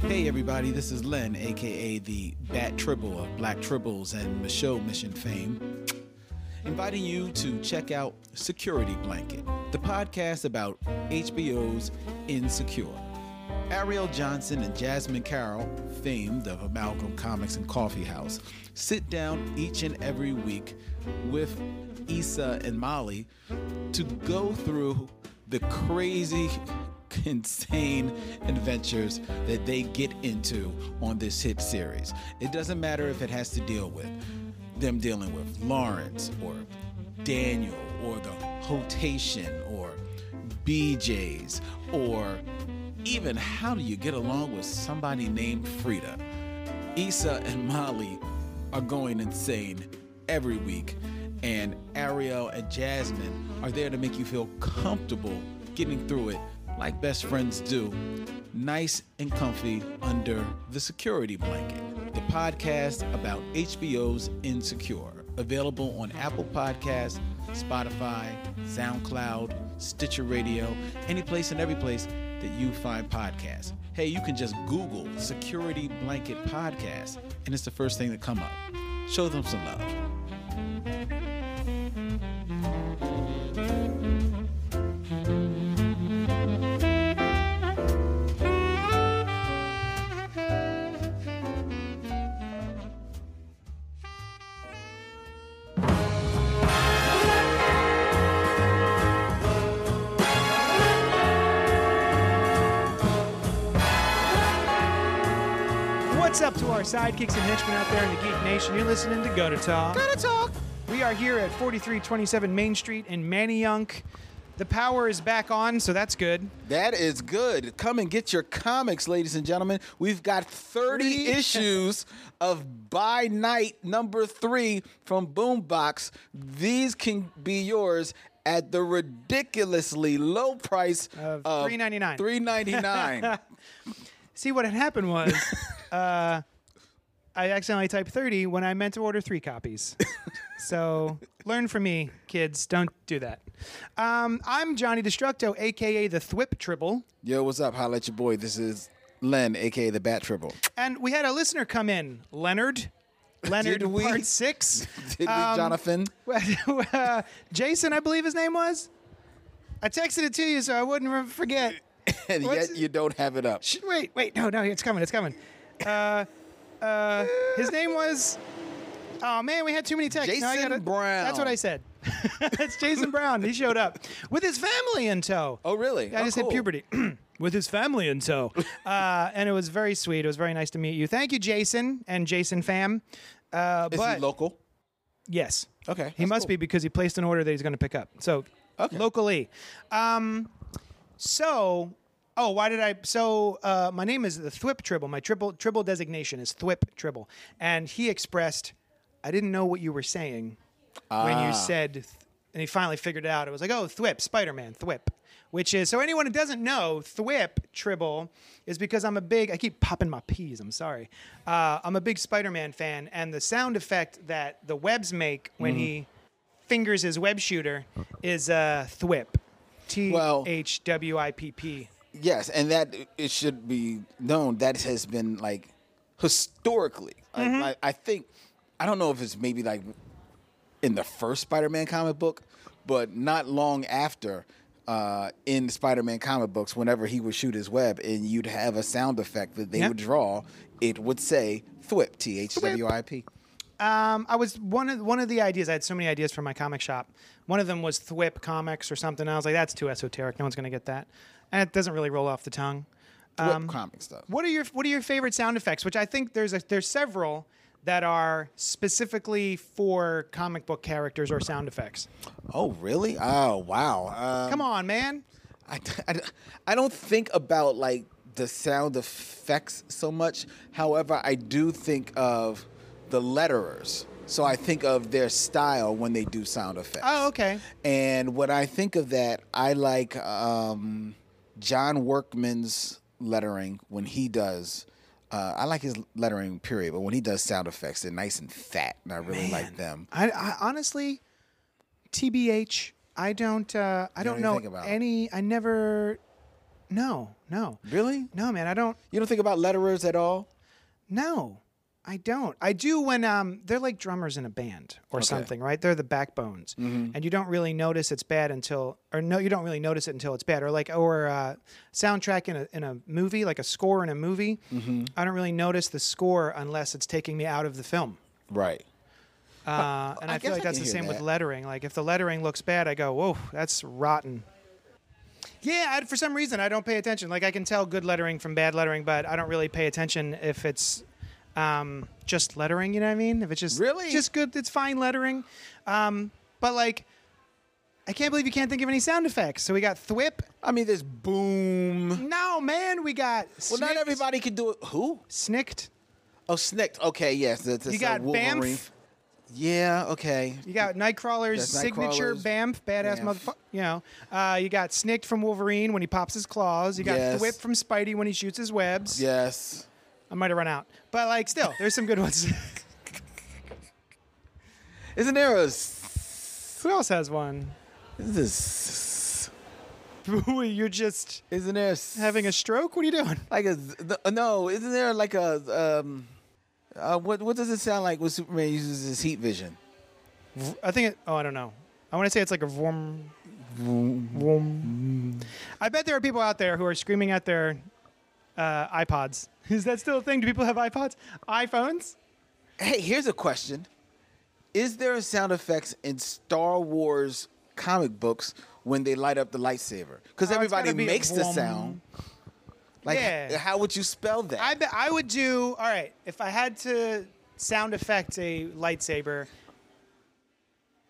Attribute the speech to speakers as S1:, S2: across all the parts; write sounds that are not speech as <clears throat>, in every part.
S1: Hey everybody, this is Len, aka the Bat Tribble of Black Tribbles and Michelle Mission fame, inviting you to check out Security Blanket, the podcast about HBO's Insecure. Ariel Johnson and Jasmine Carroll, famed of Amalgam Comics and Coffee House, sit down each and every week with Issa and Molly to go through the crazy, <laughs> insane adventures that they get into on this hit series. It doesn't matter if it has to deal with them dealing with Lawrence or Daniel or the Hotation or BJ's or even how do you get along with somebody named Frida? Issa and Molly are going insane every week, and Ariel and Jasmine are there to make you feel comfortable getting through it like best friends do, nice and comfy under the security blanket. The podcast about HBO's Insecure, available on Apple Podcasts, Spotify, SoundCloud, Stitcher Radio, any place and every place that you find podcasts. Hey, you can just Google Security Blanket Podcast, and it's the first thing that come up. Show them some love.
S2: What's up to our sidekicks and henchmen out there in the Geek Nation? You're listening to Go to Talk. Go to Talk. We are here at 4327 Main Street in Manayunk. The power is back on, so that's good.
S1: That is good. Come and get your comics, ladies and gentlemen. We've got
S2: <laughs>
S1: 30 issues of By Night number three from Boombox. These can be yours at the ridiculously low price
S2: Of $3.99. <laughs>
S1: $3.99.
S2: See what had
S1: <laughs>
S2: happened was, uh, I accidentally typed 30 when I meant to order three
S1: <laughs>
S2: copies. so learn from me, kids. Don't do that. Um, I'm Johnny Destructo, aka the Thwip Tribble.
S1: Yo, what's up? Holla at your boy. This is Len, aka the Bat Triple.
S2: And we had a listener come in, Leonard.
S1: <laughs>
S2: Leonard
S1: Did we? <laughs>
S2: Part 6.
S1: Did we,
S2: Um,
S1: Jonathan? <laughs>
S2: <laughs> uh, Jason, I believe his name was. I texted it to you so I wouldn't re- forget.
S1: And
S2: what's-
S1: yet you don't have it up.
S2: Sh- Wait, wait, no, no, it's coming, it's coming. Uh, uh, his name was. Oh man, we had too many texts. Now I
S1: Jason
S2: gotta-
S1: Brown.
S2: That's what I said. <laughs> That's Jason Brown. He showed up with his family in tow.
S1: Oh, really?
S2: I
S1: Oh,
S2: just
S1: cool.
S2: hit puberty. <clears throat> With his family in tow, uh, and it was very sweet. It was very nice to meet you. Thank you, Jason and Jason fam. Uh,
S1: Is
S2: but
S1: he local?
S2: yes,
S1: Okay.
S2: he must be because he placed an order that he's going to pick up. So locally. Um, so, oh, why did I? So, uh, my name is the Thwip Tribble. My triple Tribble designation is Thwip Tribble, and he expressed, I didn't know what you were saying when you said, th- and he finally figured it out. It was like, oh, Thwip, Spider Man, Thwip. Which is so anyone who doesn't know Thwip Tribble is because I'm a big I keep popping my peas I'm sorry uh, I'm a big Spider-Man fan and the sound effect that the webs make when he fingers his web shooter is uh, Thwip T
S1: Well-
S2: H W I P P
S1: Yes, and that it should be known that has been like historically. I- I, I think I don't know if it's maybe like in the first Spider-Man comic book, but not long after uh, in Spider-Man comic books, whenever he would shoot his web, and you'd have a sound effect that they
S2: Yeah.
S1: would draw, it would say "thwip," T H W I P.
S2: Um, I was one of one of the ideas. I had so many ideas for my comic shop. One of them was Thwip Comics or something. I was like, that's too esoteric. No one's gonna get that, and it doesn't really roll off the tongue.
S1: Thwip comic stuff.
S2: What are your What are your favorite sound effects? Which I think there's a, there's several that are specifically for comic book characters or sound effects.
S1: Oh, really? Oh, wow. Um,
S2: Come on, man.
S1: I, I, I don't think about like the sound effects so much. However, I do think of the letterers. So I think of their style when they do sound effects.
S2: Oh, okay.
S1: And when I think of that, I like um, John Workman's lettering when he does. Uh, I like his lettering, period. But when he does sound effects, they're nice and fat, and I really like them.
S2: I, I honestly, TBH, I don't, uh, I don't
S1: even
S2: know
S1: think about it.
S2: any. I never. No, no,
S1: Really?
S2: no, man. I don't.
S1: You don't think about letterers at all?
S2: No, I don't. I do when um, they're like drummers in a band or something, right? They're the backbones, and you don't really notice it's bad until, or no, you don't really notice it until it's bad, or like, or uh, soundtrack in a in a movie, like a score in a movie. I don't really notice the score unless it's taking me out of the film.
S1: Right.
S2: Uh, and
S1: I
S2: I,
S1: guess
S2: feel like
S1: I
S2: that's
S1: can
S2: the
S1: hear
S2: same with
S1: that.
S2: lettering. Like if the lettering looks bad, I go, "Whoa, that's rotten." Yeah, I, for some reason I don't pay attention. Like I can tell good lettering from bad lettering, but I don't really pay attention if it's um, just lettering. You know what I mean? If it's just
S1: Really?
S2: just good, it's fine lettering. Um, but like, I can't believe you can't think of any sound effects. So we got thwip.
S1: I mean, there's boom.
S2: No, man, we got
S1: Well, not
S2: snicked-
S1: everybody can do it. Who?
S2: snicked.
S1: Oh, snicked. Okay, yes. That's, that's
S2: You
S1: a
S2: got
S1: Wolverine.
S2: bamf.
S1: Yeah, okay.
S2: You got Nightcrawler's
S1: That's
S2: signature
S1: Nightcrawler's
S2: Bamf, badass
S1: Banff.
S2: motherfucker. You know, uh, you got Snicked from Wolverine when he pops his claws. You got
S1: Yes.
S2: Thwip from Spidey when he shoots his webs.
S1: Yes.
S2: I might have run out, but like, still, there's some good ones. <laughs>
S1: Isn't there a. s-
S2: Who else has one? <laughs>
S1: Is this.
S2: You're just
S1: Isn't there a s-
S2: having a stroke. What are you doing?
S1: like a z- the- uh, no? Isn't there like a um? Uh, what what does it sound like when Superman uses his heat vision?
S2: V- I think. It, oh, I don't know. I want to say it's like a vroom, vroom. I bet there are people out there who are screaming at their uh, iPods. <laughs> Is that still a thing? Do people have iPods, iPhones?
S1: Hey, here's a question: Is there a sound effects in Star Wars comic books when they light up the lightsaber? Because
S2: Oh, it's
S1: everybody
S2: gotta be a
S1: makes the
S2: vroom.
S1: sound. Like,
S2: Yeah.
S1: h- how would you spell that?
S2: I bet I would do all right if I had to sound effect a lightsaber.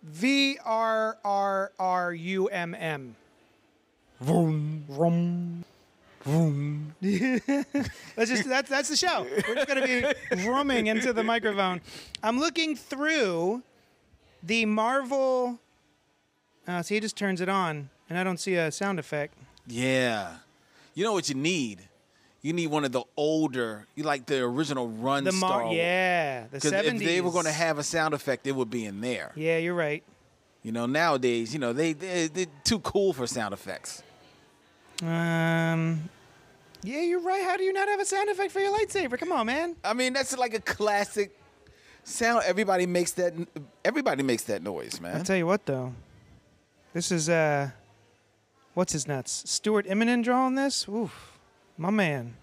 S2: V R R R U M M. Vroom vroom vroom. Let's just <laughs> that's that's the show. We're just gonna be vrooming into the microphone. I'm looking through the Marvel. Uh, see, he just turns it on, and I don't see a sound effect.
S1: yeah, you know what you need? You need one of the older, you like the original run
S2: The
S1: Star
S2: Mar,
S1: Wars.
S2: yeah, the
S1: Because if
S2: seventies.
S1: they were going to have a sound effect, it would be in there.
S2: yeah, you're right.
S1: You know, nowadays, you know, they, they they're too cool for sound effects.
S2: Um. Yeah, you're right. How do you not have a sound effect for your lightsaber? Come on, man.
S1: I mean, that's like a classic sound. Everybody makes that. Everybody makes that noise,
S2: I'll
S1: man.
S2: tell you what, though. This is uh, what's his nuts? Stuart Eminem drawing this. Oof, my man.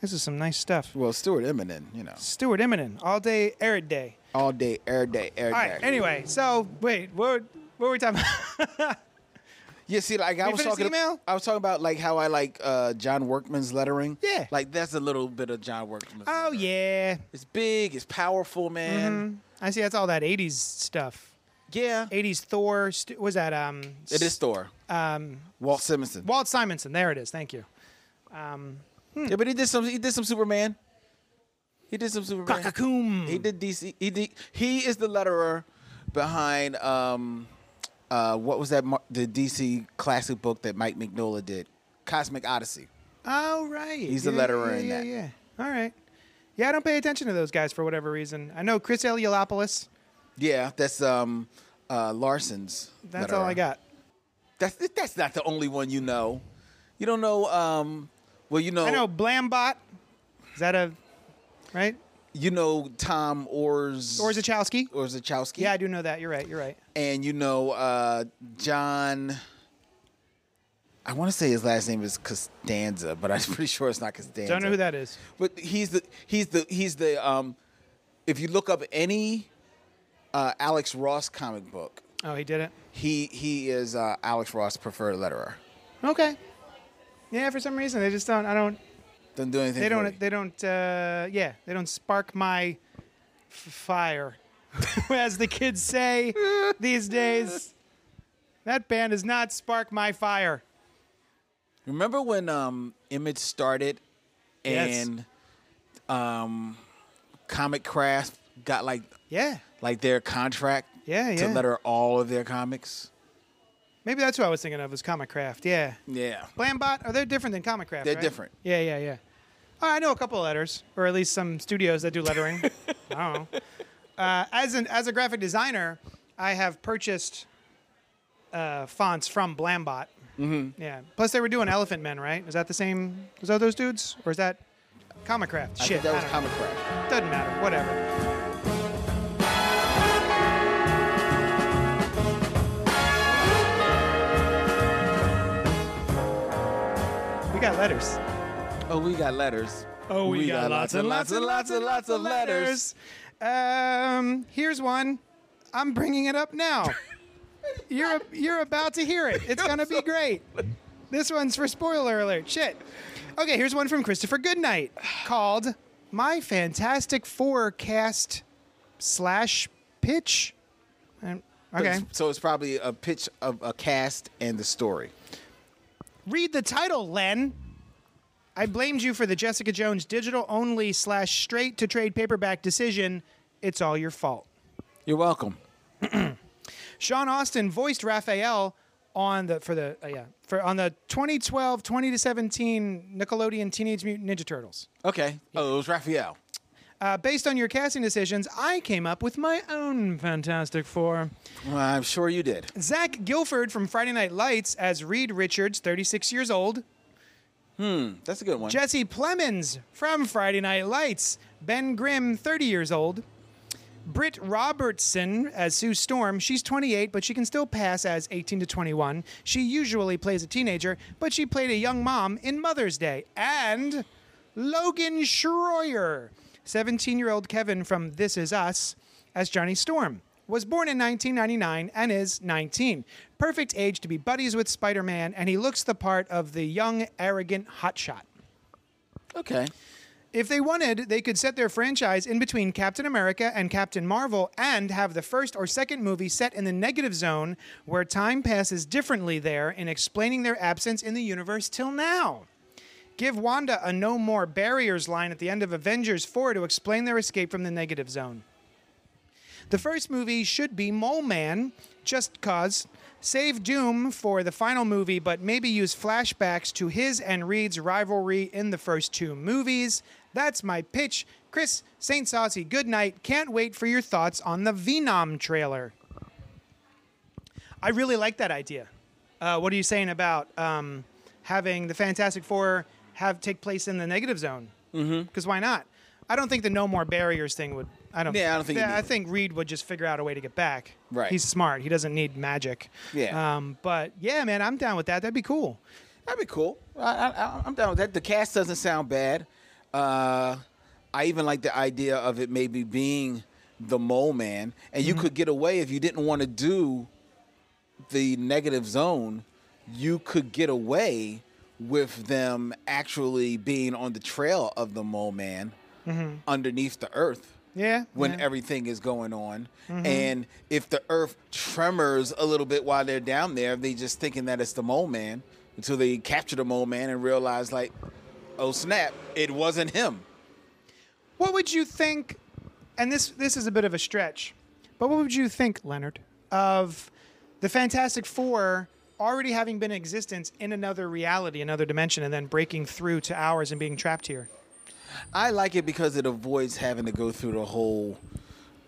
S2: This is some nice stuff.
S1: well, Stuart Eminem, you know,
S2: Stuart Eminem, all day, arid day.
S1: all day, air day, air
S2: All
S1: day.
S2: right. Anyway, so wait, what? What were we talking about? <laughs>
S1: yeah, see, like I
S2: We
S1: was
S2: finished
S1: talking.
S2: email?
S1: I was talking about like how I like uh, John Workman's lettering.
S2: Yeah.
S1: like that's a little bit of John Workman.
S2: oh yeah.
S1: it's big, it's powerful, man.
S2: Mhm. I see. That's all that '80s stuff.
S1: Yeah,
S2: '80s Thor. Stu- was that um?
S1: it is Thor.
S2: Um,
S1: Walt Simonson.
S2: Walt Simonson. There it is. Thank you. Um,
S1: Yeah, but he did some. He did some Superman. He did some Superman.
S2: Kakakum.
S1: He did DC. He did, he is the letterer behind um, uh, what was that mar- the DC classic book that Mike Mignola did, Cosmic Odyssey.
S2: Oh right. He's
S1: the letterer in
S2: yeah,
S1: that.
S2: Yeah. All right. Yeah, I don't pay attention to those guys for whatever reason. I know Chris Eliolopoulos.
S1: Yeah, that's um, uh, Larson's.
S2: That's all I
S1: letterer.
S2: got.
S1: That's that's not the only one you know. You don't know. Um, well, you know,
S2: I know Blambot. Is that a right?
S1: you know Tom Orz
S2: Or Zachowski?
S1: Orzachowski.
S2: Yeah, I do know that. You're right. You're right.
S1: and you know uh, John. I want to say his last name is Costanza, but I'm pretty sure it's not Costanza.
S2: Don't know who that is.
S1: But he's the he's the he's the um, if you look up any uh, Alex Ross comic book,
S2: Oh, he did it.
S1: he he is uh, Alex Ross preferred letterer.
S2: Okay. Yeah, for some reason they just don't. I don't.
S1: Doesn't do anything.
S2: They
S1: for
S2: don't.
S1: you.
S2: They don't. Uh, yeah, they don't spark my f- fire, <laughs> as the kids say these days. That band does not spark my fire.
S1: Remember when um, Image started,
S2: Yes.
S1: and um, Comic Craft got like
S2: Yeah.
S1: like their contract
S2: Yeah,
S1: to
S2: yeah.
S1: letter all of their comics.
S2: Maybe that's what I was thinking of was Comic Craft. Yeah.
S1: Yeah.
S2: Blambot, are they different than Comic Craft?
S1: They're
S2: right?
S1: different.
S2: Yeah, yeah, yeah. Oh, I know a couple of letters, or at least some studios that
S1: <laughs>
S2: do lettering. I don't know. Uh, as an as a graphic designer, I have purchased uh, fonts from Blambot.
S1: Mm-hmm.
S2: Yeah. Plus, they were doing Elephant Men, right? Is that the same? Was that those dudes, or is that Comicraft?
S1: I think
S2: Shit,
S1: that was
S2: I don't
S1: Comic
S2: know.
S1: Craft.
S2: Doesn't matter. Whatever. We got letters.
S1: Oh, we got letters.
S2: Oh, we, got, lots and lots and lots and lots of letters. Um, here's one. I'm bringing it up <laughs> now. you're you're about to hear it. It's gonna <laughs> be great. This one's for spoiler alert. Shit. Okay, here's one from Christopher Goodnight called "My Fantastic Four Cast slash Pitch." Um, Okay.
S1: So it's probably a pitch of a cast and the story.
S2: Read the title, Len. I blamed you for the Jessica Jones digital only slash straight to trade paperback decision. It's all your fault.
S1: You're welcome.
S2: Sean Austin voiced Raphael on the for the uh, yeah for on the 2012 20 to 17 Nickelodeon Teenage Mutant Ninja Turtles.
S1: Okay. Oh, it was Raphael.
S2: Uh, based on your casting decisions, I came up with my own Fantastic Four.
S1: Well, I'm sure you did.
S2: Zach Guilford from Friday Night Lights as Reed Richards, 36 years old.
S1: That's a good one.
S2: Jesse Plemons from Friday Night Lights. Ben Grimm, 30 years old. Britt Robertson as Sue Storm. She's 28, but she can still pass as 18 to 21. She usually plays a teenager, but she played a young mom in Mother's Day. And Logan Schroyer, 17 year old Kevin from This Is Us, as Johnny Storm. Was born in 1999 and is 19. Perfect age to be buddies with Spider Man, and he looks the part of the young, arrogant hotshot.
S1: okay.
S2: If they wanted, they could set their franchise in between Captain America and Captain Marvel and have the first or second movie set in the negative zone where time passes differently there in explaining their absence in the universe till now. Give Wanda a no more barriers line at the end of Avengers 4 to explain their escape from the negative zone. The first movie should be Mole Man, just cause. Save Doom for the final movie, but maybe use flashbacks to his and Reed's rivalry in the first two movies. That's my pitch. Chris, St. Saucy, good night. Can't wait for your thoughts on the Venom trailer. I really like that idea. Uh, what are you saying about um, having the Fantastic Four have take place in the negative zone? Because mm-hmm. why not? I don't think the no more barriers thing would. I don't.
S1: Yeah, I don't think you
S2: I
S1: need to.
S2: think Reed would just figure out a way to get back.
S1: Right.
S2: He's smart. He doesn't need magic.
S1: Yeah.
S2: Um, but yeah, man, I'm down with that. That'd be cool.
S1: That'd be cool. I, I, I'm down with that. The cast doesn't sound bad. Uh, I even like the idea of it maybe being the mole man, and you could get away if you didn't want to do the negative zone. You could get away with them actually being on the trail of the mole man underneath the earth
S2: Yeah.
S1: when er-
S2: yeah. Mm-hmm.
S1: everything is going on. And if the earth tremors a little bit while they're down there, they just thinking that it's the mole man until they capture the mole man and realize like, oh snap, it wasn't him.
S2: What would you think? And this this is a bit of a stretch, but what would you think, Leonard, of the Fantastic Four already having been in existence in another reality, another dimension, and then breaking through to ours and being trapped here,
S1: I like it because it avoids having to go through the whole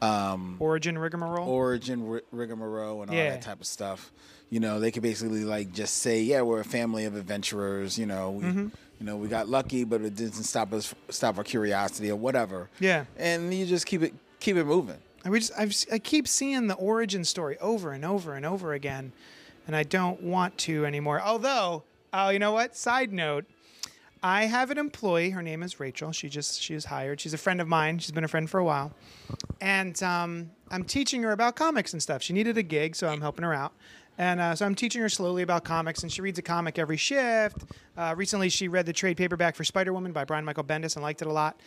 S2: origin rigmarole?
S1: origin ri- rigmarole and all
S2: Yeah.
S1: that type of stuff. You know, they could basically like just say, "Yeah, we're a family of adventurers." You know, we,
S2: Mm-hmm.
S1: you know, we got lucky, but it didn't stop us stop our curiosity or whatever.
S2: Yeah.
S1: and you just keep it keep it moving.
S2: I we just I've, s- I keep seeing the origin story over and over and over again, and I don't want to anymore. Although, oh, you know what? Side note, I have an employee. Her name is Rachel. She just she was hired. She's a friend of mine. She's been a friend for a while, and um, I'm teaching her about comics and stuff. She needed a gig, so I'm helping her out. And uh, so I'm teaching her slowly about comics, and she reads a comic every shift. Uh, recently, she read the trade paperback for Spider Woman by Brian Michael Bendis and liked it a lot.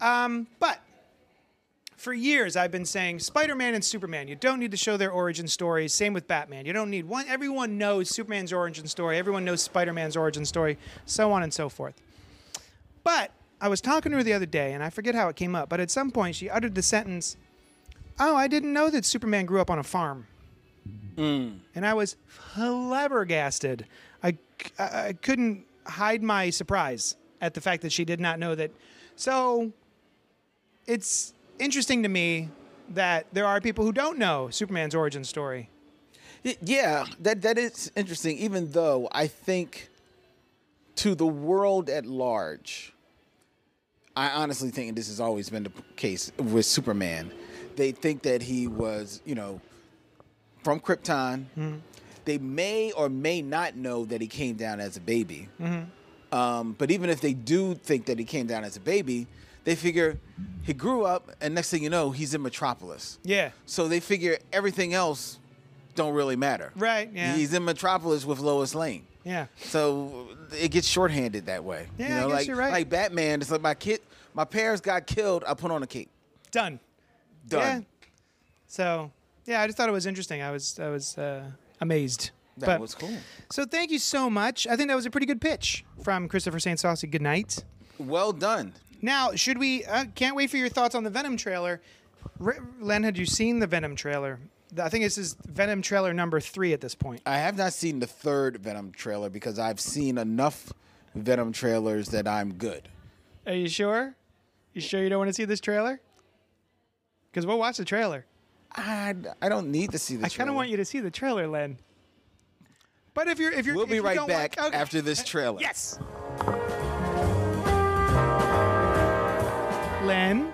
S2: Um, but for years I've been saying Spider-Man and Superman, you don't need to show their origin stories. Same with Batman. You don't need one everyone knows Superman's origin story, everyone knows Spider-Man's origin story, so on and so forth. But I was talking to her the other day and I forget how it came up, but at some point she uttered the sentence, "Oh, I didn't know that Superman grew up on a farm." And I was flabbergasted. I, c- I- I couldn't hide my surprise at the fact that she did not know that. So it's interesting to me that there are people who don't know Superman's origin story.
S1: Y- Yeah, that that is interesting. Even though I think to the world at large, I honestly think and this has always been the p- case with Superman. They think that he was, you know, from Krypton. They may or may not know that he came down as a baby. Um, but even if they do think that he came down as a baby, they figure he grew up, and next thing you know, he's in Metropolis.
S2: Yeah.
S1: So they figure everything else don't really matter.
S2: Right, yeah.
S1: He's in Metropolis with Lois Lane.
S2: Yeah.
S1: So it gets shorthanded that way.
S2: Yeah, I guess
S1: like,
S2: you're right.
S1: Like Batman, it's like my kid, my parents got killed. I put on a cape.
S2: Done.
S1: Done.
S2: Yeah. So yeah, I just thought it was interesting. I was I was uh, amazed.
S1: That
S2: But-
S1: was cool.
S2: So thank you so much. I think that was a pretty good pitch from Christopher Saint Saucy. Good night.
S1: Well done.
S2: Now, should we? Uh, can't wait for your thoughts on the Venom trailer. R- Len, had you seen the Venom trailer? Th- I think this is Venom trailer number three at this point.
S1: I have not seen the third Venom trailer because I've seen enough Venom trailers that I'm good.
S2: Are you sure? You sure you don't want to see this trailer? Because we'll watch the trailer.
S1: I, I don't need to see the
S2: I kind of want you to see the trailer, Len. But if you're if you're
S1: We'll
S2: if
S1: be
S2: you
S1: right
S2: don't want-
S1: back
S2: okay.
S1: after
S2: <laughs>
S1: this trailer.
S2: Yes. Len,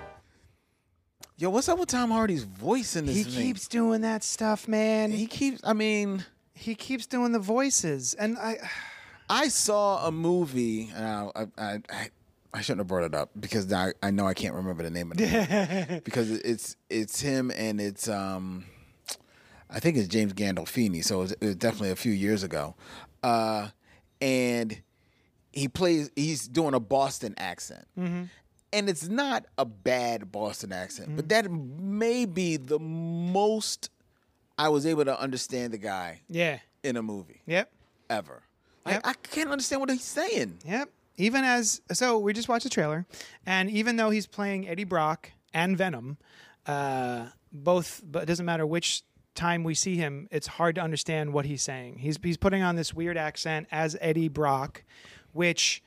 S1: Yo, what's up with Tom Hardy's voice in this
S2: he
S1: thing?
S2: keeps doing that stuff, man.
S1: He
S2: He,
S1: keeps. I mean,
S2: he keeps doing the voices, and I.
S1: I saw a movie. and I, I, I, I shouldn't have brought it up because I, I know I can't remember the name of it because it's it's him and it's um, I think it's James Gandolfini. So it was, it was definitely a few years ago, uh, and he plays. He's doing a Boston accent. And it's not a bad Boston accent, but that may be the most I was able to understand the guy
S2: Yeah.
S1: in a movie
S2: Yep.
S1: ever. Like,
S2: Yep.
S1: I can't understand what he's saying.
S2: Yep. Even as so, we just watched the trailer, and even though he's playing Eddie Brock and Venom, uh, both, but it doesn't matter which time we see him, it's hard to understand what he's saying. He's he's putting on this weird accent as Eddie Brock, which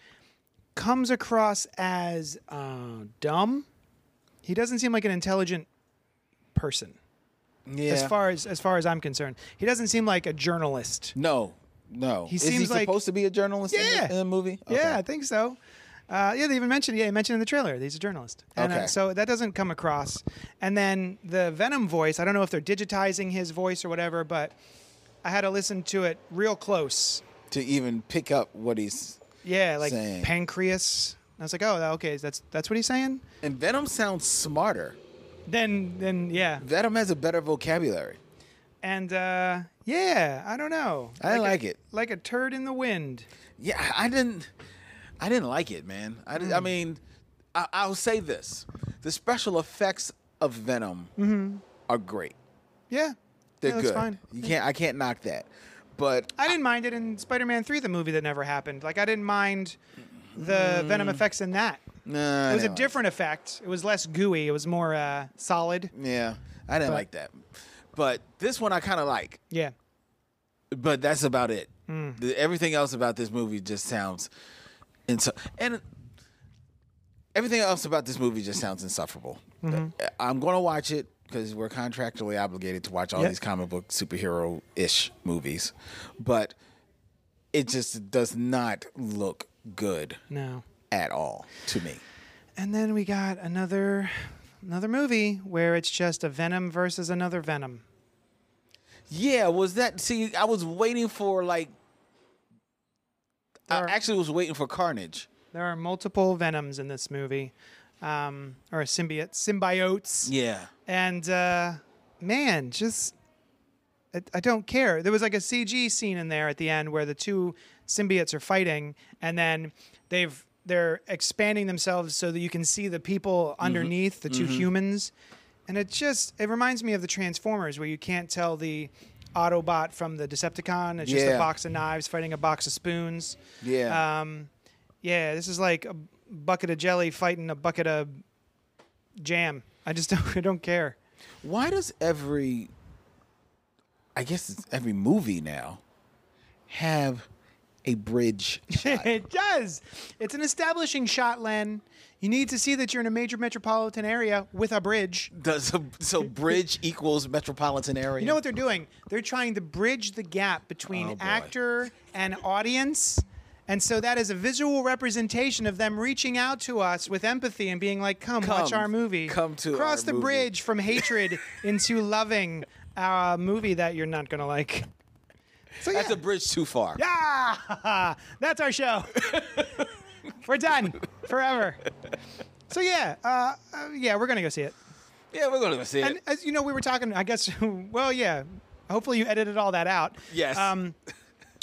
S2: comes across as uh, dumb. He doesn't seem like an intelligent person,
S1: Yeah.
S2: as far as as far as I'm concerned. He doesn't seem like a journalist.
S1: no, no. He Is he
S2: seems like-
S1: supposed to be a journalist in the-
S2: Yeah.
S1: in, the movie? Okay.
S2: Yeah, I think so. Uh, yeah, they even mentioned. Yeah, they mentioned in the trailer. that He's a journalist. And, uh,
S1: Okay.
S2: so that doesn't come across. And then the Venom voice. I don't know if they're digitizing his voice or whatever, but I had to listen to it real close.
S1: To even pick up what he's.
S2: Yeah, like
S1: Same.
S2: pancreas. And I was like, oh, okay, that's that's what he's saying.
S1: And Venom sounds smarter.
S2: Then then yeah,
S1: Venom has a better vocabulary.
S2: and uh, yeah, I don't know.
S1: I didn't like
S2: a-
S1: it.
S2: Like a turd in the wind.
S1: Yeah, I- I didn't. I didn't like it, man. I,
S2: Mm.
S1: did- I mean, I, I'll say this: the special effects of Venom are great.
S2: Yeah,
S1: They're
S2: Mm-hmm. yeah,
S1: good.
S2: That's fine.
S1: You can't. I can't knock that. But
S2: I didn't mind it in Spider-Man Three, the movie that never happened. Like I didn't mind the Venom effects in that.
S1: nah, I
S2: It was a
S1: didn't like
S2: different effect. It was less gooey. It was more uh, solid.
S1: Yeah, I didn't
S2: But-
S1: like that. But this one I kind of like.
S2: Yeah.
S1: but that's about it. The- everything else about this movie just sounds insu- and everything else about this movie just sounds insufferable. Uh, I'm going to watch it because we're contractually obligated to watch all
S2: Yep.
S1: these comic book superhero ish movies, but it just does not look good
S2: No.
S1: at all to me.
S2: And then we got another another movie where it's just a Venom versus another Venom.
S1: Yeah, was that? See, I was waiting for like. I
S2: Or-
S1: actually was waiting for Carnage.
S2: There are multiple Venoms in this movie, um, or symbiote symbiotes.
S1: Yeah.
S2: And uh, man, just I, I don't care. There was like a CG scene in there at the end where the two symbiotes are fighting, and then they've they're expanding themselves so that you can see the people underneath the 2 humans, and it just it reminds me of the Transformers where you can't tell the Autobot from the Decepticon. It's just a
S1: Yeah.
S2: box of knives fighting a box of spoons.
S1: Yeah.
S2: Um, yeah, this is like a bucket of jelly fighting a bucket of jam. I just <laughs> don't, I don't care.
S1: why does every i guess it's every movie now have a bridge shot.
S2: <laughs> it does. It's an establishing shot, Len. You need to see that you're in a major metropolitan area with a bridge.
S1: <laughs> Does a, so bridge equals metropolitan area.
S2: You know what they're doing? They're trying to bridge the gap between
S1: Oh, boy.
S2: actor and audience. And so that is a visual representation of them reaching out to us with empathy and being like, "Come, watch
S1: Come.
S2: our movie.
S1: Come to
S2: cross
S1: our
S2: the
S1: movie."
S2: bridge
S1: <laughs>
S2: from hatred into loving a movie that you're not gonna like." So
S1: That's
S2: yeah.
S1: a bridge too far.
S2: Yeah, <laughs> that's our show. <laughs> we're done forever. So yeah, uh, uh, yeah, we're gonna go see it.
S1: Yeah, we're gonna go see
S2: And
S1: it.
S2: as you know, we were talking. I guess. <laughs> Well, yeah. Hopefully, you edited all that out.
S1: Yes.
S2: Um,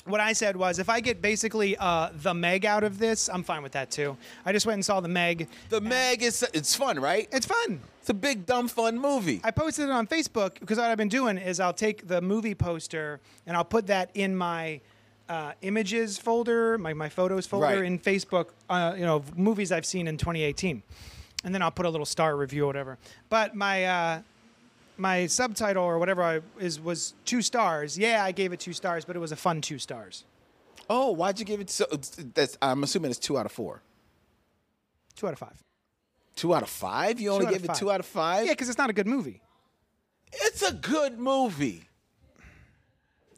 S2: what I said was, if I get basically uh, the Meg out of this, I'm fine with that too. I just went and saw the Meg.
S1: The Meg is it's fun, right?
S2: It's fun.
S1: It's a big dumb fun movie.
S2: I posted it on Facebook because what I've been doing is I'll take the movie poster and I'll put that in my uh, images folder, my, my photos folder
S1: Right.
S2: in Facebook, uh, you know, of movies I've seen in 2018. And then I'll put a little star review or whatever. But my uh, my subtitle or whatever I, is was two stars. Yeah, I gave it two stars, but it was a fun two stars.
S1: oh, why'd you give it? So it's- that's I'm assuming it's two out of four.
S2: Two out of five.
S1: Two out of five? You only
S2: out of
S1: gave it
S2: five.
S1: two out of five?
S2: Yeah, because it's not a good movie.
S1: It's a good movie.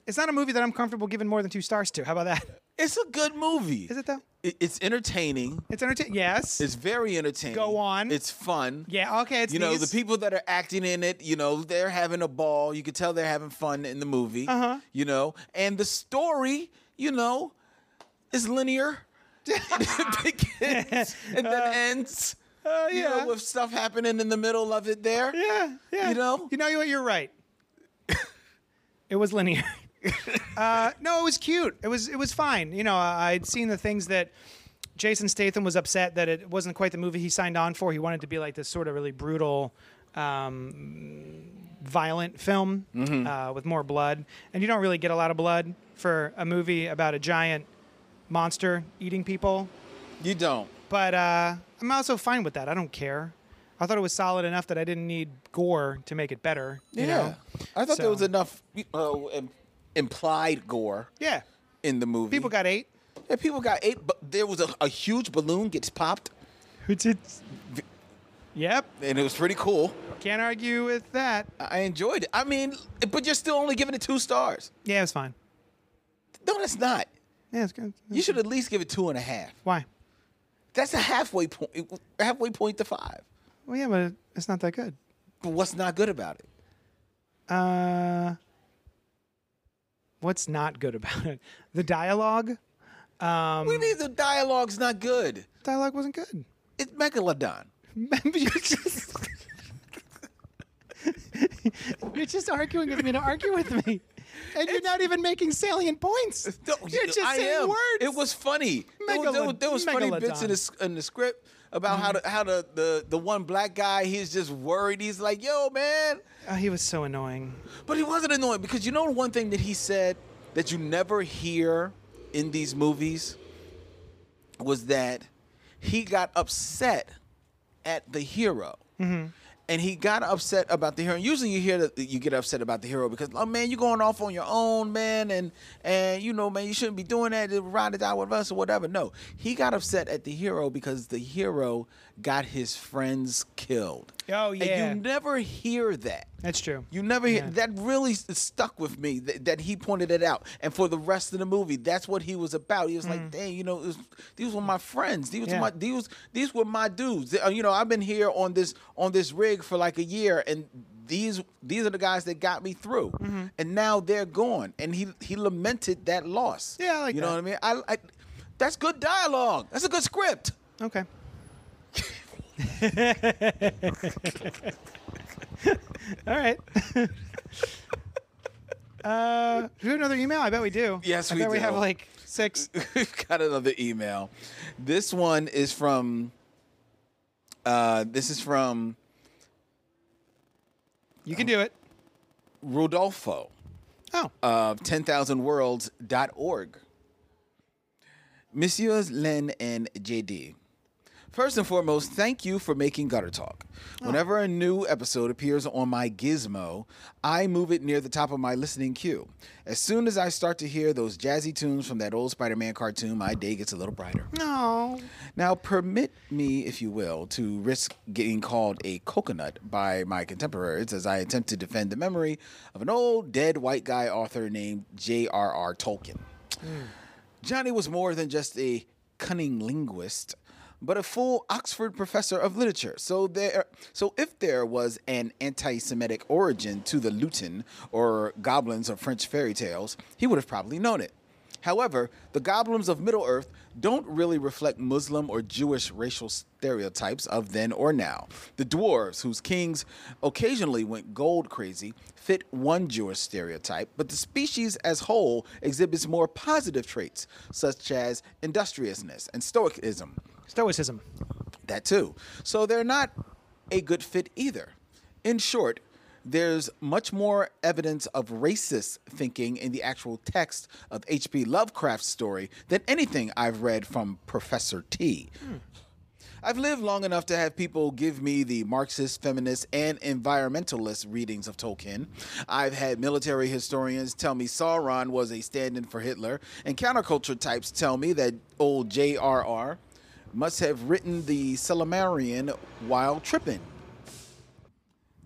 S2: It's not a movie that I'm comfortable giving more than two stars to. How about that?
S1: It's a good movie.
S2: Is it though?
S1: It- It's entertaining.
S2: It's entertaining. Yes.
S1: It's very entertaining.
S2: Go on.
S1: It's fun.
S2: yeah. Okay. It's
S1: You know, the
S2: these.
S1: people that are acting in it, you know, they're having a ball. You can tell they're having fun in the movie. Uh-huh. You know, and the story, you know, is
S2: <laughs>
S1: linear. <laughs> it begins and then ends.
S2: Uh,
S1: You know, with stuff happening in the middle of it there.
S2: yeah, yeah.
S1: You know?
S2: you know what? You're right. <laughs> it was linear.
S1: <laughs>
S2: uh, no, it was cute. It was it was fine. You know, I- I'd seen the things that Jason Statham was upset that it wasn't quite the movie he signed on for. He wanted to be like this sort of really brutal. Um, violent film
S1: Mm-hmm.
S2: uh, with more blood, and you don't really get a lot of blood for a movie about a giant monster eating people
S1: You don't.
S2: but uh, I'm also fine with that. I don't care. I thought it was solid enough that I didn't need gore to make it better. You know?
S1: I thought there
S2: So-
S1: was enough uh, im- implied gore
S2: Yeah.
S1: in the movie.
S2: People got eight.
S1: yeah, people got eight, but there was a, a huge balloon gets popped,
S2: Yep.
S1: and it was pretty cool.
S2: Can't argue with that.
S1: I enjoyed it. I mean, but you're still only giving it two stars.
S2: Yeah, it's fine.
S1: No, that's not.
S2: Yeah, it's good.
S1: You should at least give it two and a half.
S2: Why?
S1: That's a halfway point. Halfway point to five.
S2: Well, yeah, but it's not that good.
S1: But what's not good about it?
S2: Uh, what's not good about it? The dialogue. Um,
S1: We need the dialogue's not good.
S2: dialogue wasn't good.
S1: It's megalodon.
S2: <laughs> you're just you're just arguing with me to argue with me, and you're not even making salient points.
S1: No,
S2: you're just
S1: I
S2: saying
S1: am.
S2: words.
S1: It was funny. There was, there was- there was funny bits in
S2: Megalodon.
S1: the, s- in the script about how the, how the, the the one black guy he's just worried. He's like, "Yo, man,"
S2: Oh, he was so annoying.
S1: but he wasn't annoying because you know the one thing that he said that you never hear in these movies was that he got upset at the hero.
S2: Mm-hmm.
S1: And he got upset about the hero. Usually, you hear that you get upset about the hero because, oh man, you're going off on your own, man, and and you know, man, you shouldn't be doing that. It rotted out with us or whatever. No, he got upset at the hero because the hero got his friends killed.
S2: Oh, yeah.
S1: and you never hear that.
S2: That's true.
S1: You never hear
S2: Yeah.
S1: that really s- stuck with me that, that he pointed it out. And for the rest of the movie, that's what he was about. He was like, "Dang, you know, it was, these were my friends. These
S2: Mm. Yeah.
S1: were my these these were my dudes. Uh, You know, I've been here on this on this rig for like a year and these these are the guys that got me through.
S2: Mm-hmm.
S1: And now they're gone." And he he lamented that loss.
S2: Yeah, I like
S1: You
S2: that.
S1: know what I mean? I, I that's good dialogue. That's a good script.
S2: Okay. <laughs> All right. <laughs> uh, do we have another email? I bet we do.
S1: Yes,
S2: I
S1: we
S2: bet We have
S1: do.
S2: like six.
S1: We've <laughs> got another email. This one is from. Uh, this is from
S2: You can do it.
S1: Rodolfo Uh,
S2: Oh,
S1: of 10,000worlds.org. Messieurs Len and JD, First and foremost, thank you for making Gutter Talk. Whenever a new episode appears on my gizmo, I move it near the top of my listening queue. As soon as I start to hear those jazzy tunes from that old Spider Man cartoon, my day gets a little brighter.
S2: No.
S1: Now, permit me, if you will, to risk getting called a coconut by my contemporaries as I attempt to defend the memory of an old dead white guy author named J.R.R. Tolkien. Johnny was more than just a cunning linguist, but a full Oxford professor of literature. So there, so if there was an anti-Semitic origin to the Lutin or goblins of French fairy tales, he would have probably known it. However, the goblins of Middle Earth don't really reflect Muslim or Jewish racial stereotypes of then or now. The dwarves, whose kings occasionally went gold crazy, fit one Jewish stereotype, but the species as whole exhibits more positive traits, such as industriousness and stoicism.
S2: Stoicism.
S1: That too. So they're not a good fit either. In short, there's much more evidence of racist thinking in the actual text of H.P. Lovecraft's story than anything I've read from Professor T. I've lived long enough to have people give me the Marxist, feminist, and environmentalist readings of Tolkien. I've had military historians tell me Sauron was a stand in for Hitler, and counterculture types tell me that old J.R.R. must have written the Silmarillion while tripping.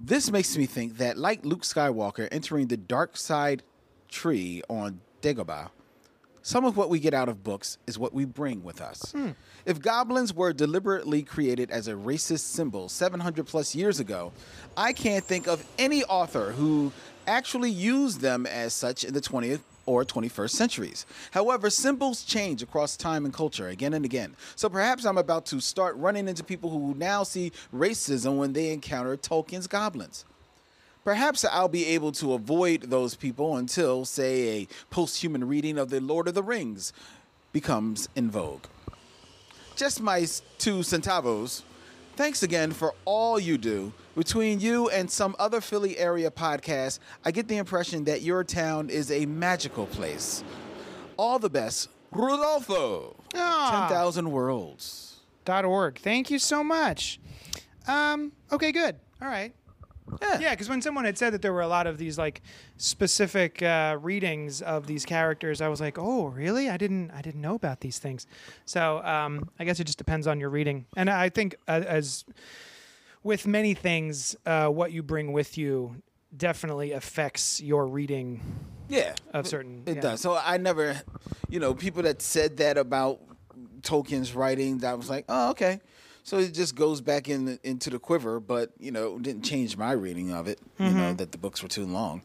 S1: This makes me think that, like Luke Skywalker entering the dark side tree on Dagobah, some of what we get out of books is what we bring with us. If goblins were deliberately created as a racist symbol 700 plus years ago, I can't think of any author who actually used them as such in the 20th or 21st centuries. However, symbols change across time and culture again and again. So perhaps I'm about to start running into people who now see racism when they encounter Tolkien's goblins. Perhaps I'll be able to avoid those people until, say, a post human reading of The Lord of the Rings becomes in vogue. Just my s- two centavos. Thanks again for all you do. Between you and some other Philly area podcast, I get the impression that your town is a magical place. All the best, Rodolfo.
S2: Ah.
S1: 10,000 worlds.
S2: Dot org. Thank you so much. Um, okay, good. All right.
S1: Yeah.
S2: Yeah, because when someone had said that there were a lot of these like specific uh, readings of these characters, I was like, "Oh, really? I didn't, I didn't know about these things." So um, I guess it just depends on your reading, and I think uh, as with many things, uh, what you bring with you definitely affects your reading
S1: Yeah.
S2: of certain.
S1: It
S2: yeah.
S1: does. So I never, you know, people that said that about Tolkien's writing, that was like, oh, okay. So it just goes back in into the quiver, but you know, it didn't change my reading of it. You know that the books were too long,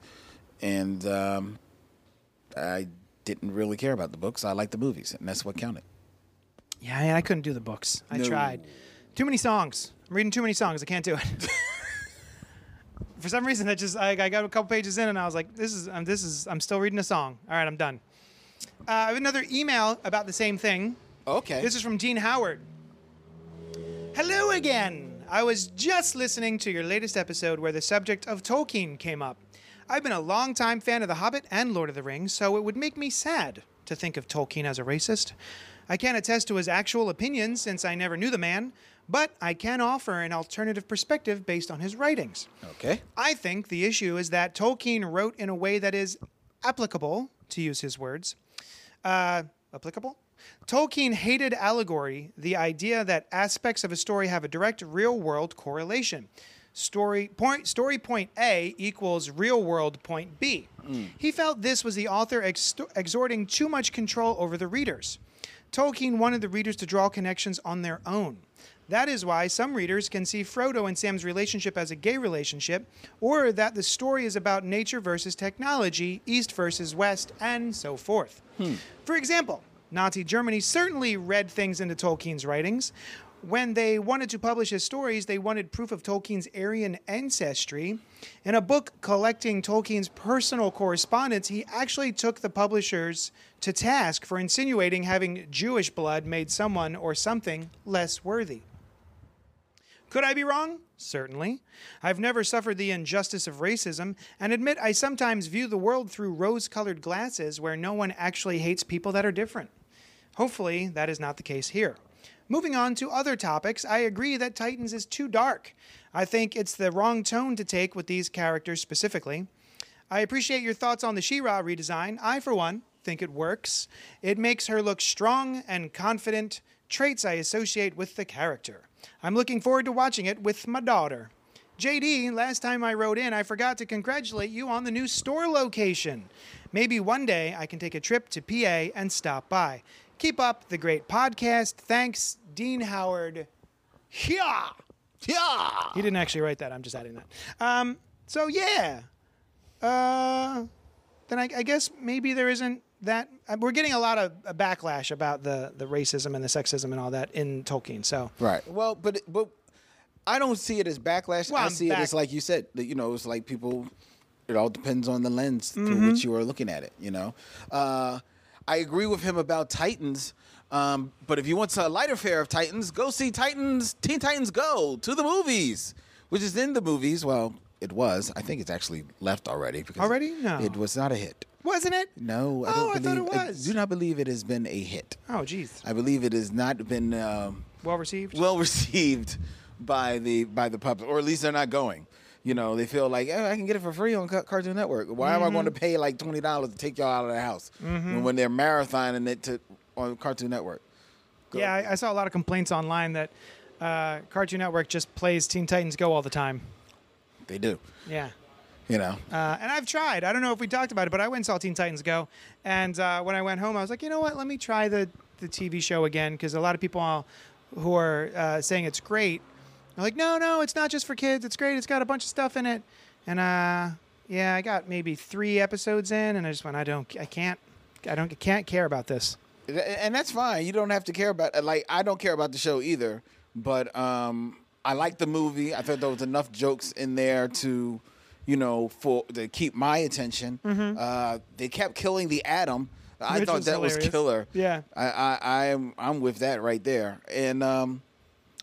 S1: and um, I didn't really care about the books. I liked the movies, and that's what counted.
S2: Yeah, yeah, I couldn't do the books. I
S1: No.
S2: tried. Too many songs. I'm reading too many songs. I can't do it. <laughs> For some reason, that just I, I got a couple pages in, and I was like, "This is um, this is I'm still reading a song." All right, I'm done. Uh, I have another email about the same thing.
S1: Okay.
S2: This is from Gene Howard. Hello again. I was just listening to your latest episode where the subject of Tolkien came up. I've been a longtime fan of The Hobbit and Lord of the Rings, so it would make me sad to think of Tolkien as a racist. I can't attest to his actual opinions since I never knew the man, but I can offer an alternative perspective based on his writings.
S1: okay.
S2: I think the issue is that Tolkien wrote in a way that is applicable, to use his words. Uh, applicable? Tolkien hated allegory, the idea that aspects of a story have a direct real world correlation. Story point, story point A equals real world point B. He felt this was the author ex- exhorting too much control over the readers. Tolkien wanted the readers to draw connections on their own. That is why some readers can see Frodo and Sam's relationship as a gay relationship, or that the story is about nature versus technology, East versus West, and so forth. For example, Nazi Germany certainly read things into Tolkien's writings. When they wanted to publish his stories, they wanted proof of Tolkien's Aryan ancestry. In a book collecting Tolkien's personal correspondence, he actually took the publishers to task for insinuating having Jewish blood made someone or something less worthy. Could I be wrong? Certainly. I've never suffered the injustice of racism, and admit I sometimes view the world through rose colored glasses where no one actually hates people that are different. Hopefully, that is not the case here. Moving on to other topics, I agree that Titans is too dark. I think it's the wrong tone to take with these characters specifically. I appreciate your thoughts on the She-Ra redesign. I, for one, think it works. It makes her look strong and confident, traits I associate with the character. I'm looking forward to watching it with my daughter. JD, last time I wrote in, I forgot to congratulate you on the new store location. Maybe one day I can take a trip to PA and stop by. Keep up the great podcast. Thanks, Dean Howard. Yeah.
S1: Yeah.
S2: He didn't actually write that. I'm just adding that. Um, so yeah. Uh, then I, I guess maybe there isn't that. uh, We're getting a lot of uh, backlash about the the racism and the sexism and all that in Tolkien. So
S1: Right. Well, but but I don't see it as backlash.
S2: Well,
S1: I
S2: I'm
S1: see it
S2: back-
S1: as like you said. that, You know, it's like people. It all depends on the lens
S2: Mm-hmm.
S1: through which you are looking at it. You know, uh, I agree with him about Titans. Um, but if you want a lighter fare of Titans, go see Titans. Teen Titans Go to the movies, which is in the movies. Well, it was. I think it's actually left already. Because
S2: Already? No.
S1: It was not a hit.
S2: wasn't it?
S1: No, I don't
S2: oh, I
S1: believe. Uh,
S2: thought it
S1: I
S2: was.
S1: do not believe it has been a hit.
S2: oh, geez.
S1: I believe it has not been. Um,
S2: Well
S1: <laughs>
S2: received.
S1: well received by the by the public, or at least they're not going. You know, they feel like oh, I can get it for free on Ca- Cartoon Network. Why am I going to
S2: Mm-hmm.
S1: pay like twenty dollars to take y'all out of the house when, when they're marathoning it to on Cartoon Network?
S2: yeah, I, I saw a lot of complaints online that uh, Cartoon Network just plays Teen Titans Go all the time.
S1: They do,
S2: Yeah.
S1: you know.
S2: Uh, and I've tried. I don't know if we talked about it, but I went and saw Teen Titans Go. And uh, when I went home, I was like, you know what? Let me try the, the TV show again because a lot of people who are uh, saying it's great are like, no, no, it's not just for kids. It's great. It's got a bunch of stuff in it. And uh, yeah, I got maybe three episodes in, and I just went, I don't, I can't, I don't, I can't care about this.
S1: Th- and that's fine. You don't have to care about like I don't care about the show either, but um, I like the movie. I thought there was enough jokes in there to, you know, for to keep my attention. Uh, they kept killing the atom. I
S2: Mm-hmm. Which
S1: thought
S2: was
S1: that was
S2: hilarious.
S1: killer.
S2: Yeah.
S1: I, I I'm I'm with that right there. And um,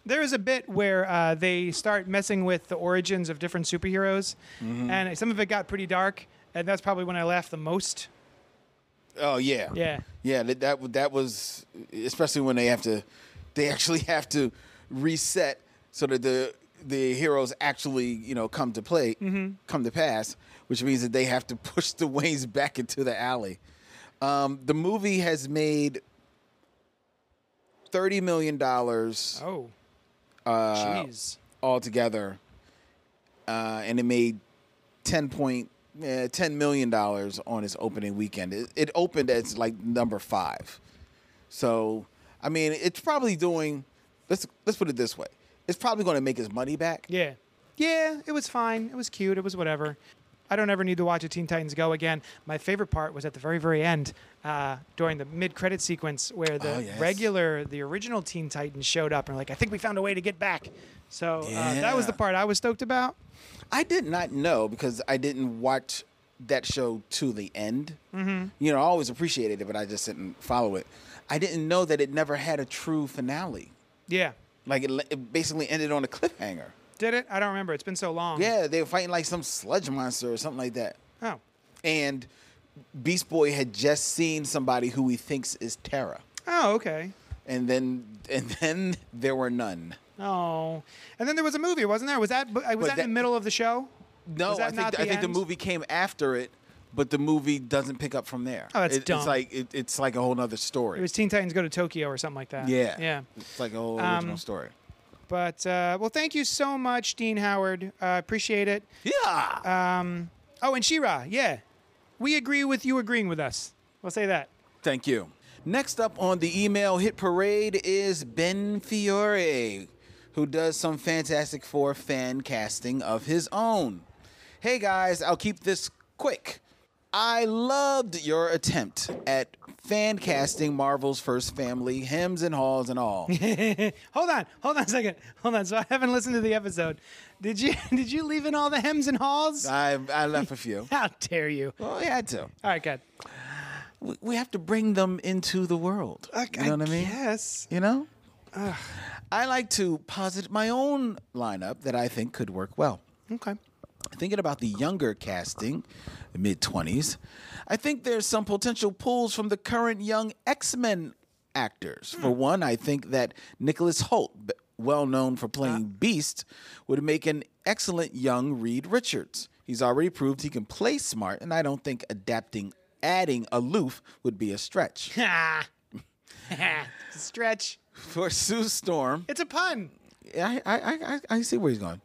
S2: There is a bit where uh, they start messing with the origins of different superheroes, and some of it got pretty dark. And that's probably when I laughed the most.
S1: oh yeah,
S2: Yeah.
S1: yeah. That that, w- that was especially when they have to, they actually <laughs> have to reset so that the the heroes actually you know come to play, come to pass, which means that they have to <laughs> push the Waynes back into the alley. Um, the movie has made thirty million dollars.
S2: Oh. Jeez.
S1: altogether, uh, and it made ten point eh, ten million dollars on its opening weekend. It, it opened as like number five, so I mean, it's probably doing. Let's let's put it this way: it's probably going to make its money back.
S2: Yeah. Yeah, it was fine. It was cute. It was whatever. I don't ever need to watch a Teen Titans Go again. My favorite part was at the very, very end, uh, during the mid-credit sequence where the
S1: Oh, yes.
S2: regular, the original Teen Titans showed up and were like, I think we found a way to get back. So uh, that was the
S1: Yeah.
S2: part I was stoked about.
S1: I did not know because I didn't watch that show to the end. Mm-hmm. You know, I always appreciated it, but I just didn't follow it. I didn't know that it never had a true finale.
S2: Yeah.
S1: Like it, le- it basically ended on a cliffhanger.
S2: Did it? I don't remember. It's been so long.
S1: Yeah, they were fighting like some sludge monster or something like that.
S2: Oh.
S1: And Beast Boy had just seen somebody who he thinks is Terra.
S2: Oh, okay.
S1: And then <laughs> and then there were none.
S2: Oh. And then there was a movie, wasn't there? Was that was that, in
S1: that-
S2: the middle of the show?
S1: No,
S2: Was that
S1: I think
S2: not
S1: the,
S2: the
S1: I think the
S2: end?
S1: movie came after it, but the movie doesn't pick up from there.
S2: Oh, that's
S1: It-
S2: dumb.
S1: It's like it, it's like a whole nother story.
S2: It was Teen Titans Go to Tokyo or something like that.
S1: yeah.
S2: Yeah.
S1: It's like a whole original
S2: Um,
S1: story.
S2: But uh, well, thank you so much, Dean Howard. Uh, appreciate it.
S1: Yeah.
S2: Oh, and Shira, yeah, we agree with you agreeing with us. We'll say that. <laughs>
S1: Thank you. Next up on the email hit parade is Ben Fiore, who does some Fantastic Four fan casting of his own. Hey guys, I'll keep this quick. I loved your attempt at fan casting Marvel's first family, hymns and halls and all.
S2: Hold on, hold on a second, hold on. So I haven't listened to the episode. Did you <laughs> did you leave in all the hems and halls?
S1: I, I left a few.
S2: How dare you?
S1: Well, we had to.
S2: All right, good.
S1: We- We have to bring them into the world. You know what I mean?
S2: Yes.
S1: You know? I like to posit my own lineup that I think could work well. <laughs>
S2: Okay.
S1: Thinking about the younger casting, mid 20s, I think there's some potential pulls from the current young X Men actors. For one, I think that Nicholas Holt, b- well known for playing Beast, would make an excellent young Reed Richards. He's already proved he can play smart, and I don't think adapting, adding aloof would be a stretch.
S2: Stretch.
S1: <laughs> for Sue Storm,
S2: It's a pun.
S1: I, I, I, I- I see where he's going.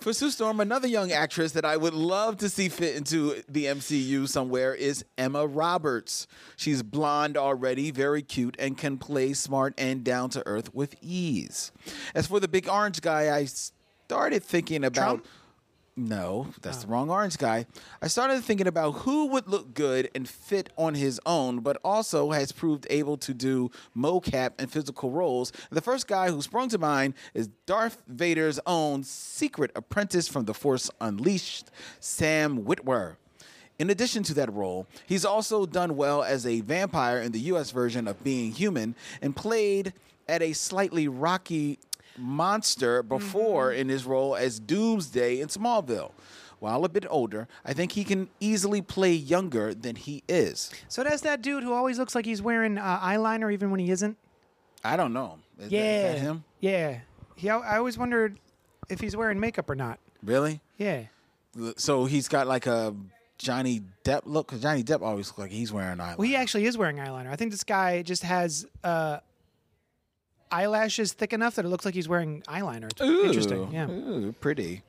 S1: For Sue Storm, another young actress that I would love to see fit into the MCU somewhere is Emma Roberts. She's blonde already, very cute, and can play smart and down to earth with ease. As for the big orange guy, I started thinking about.
S2: Trump?
S1: No, that's the wrong orange guy. I started thinking about who would look good and fit on his own, but also has proved able to do mocap and physical roles. The first guy who sprung to mind is Darth Vader's own secret apprentice from The Force Unleashed, Sam Witwer. In addition to that role, he's also done well as a vampire in the US version of Being Human and played at a slightly rocky monster before in his role as Doomsday in Smallville. While a bit older, I think he can easily play younger than he is.
S2: So that's that dude who always looks like he's wearing uh, eyeliner even when he isn't.
S1: I don't know. Is that- is
S2: Yeah.
S1: that him?
S2: Yeah. He, I, I always wondered if he's wearing makeup or not.
S1: Really?
S2: Yeah.
S1: So he's got like a Johnny Depp look. 'Cause Johnny Depp always looks like he's wearing eyeliner.
S2: Well, he actually is wearing eyeliner. I think this guy just has uh, eyelashes thick enough that it looks like he's wearing eyeliner. It's interesting.
S1: Ooh.
S2: Yeah.
S1: Ooh, pretty.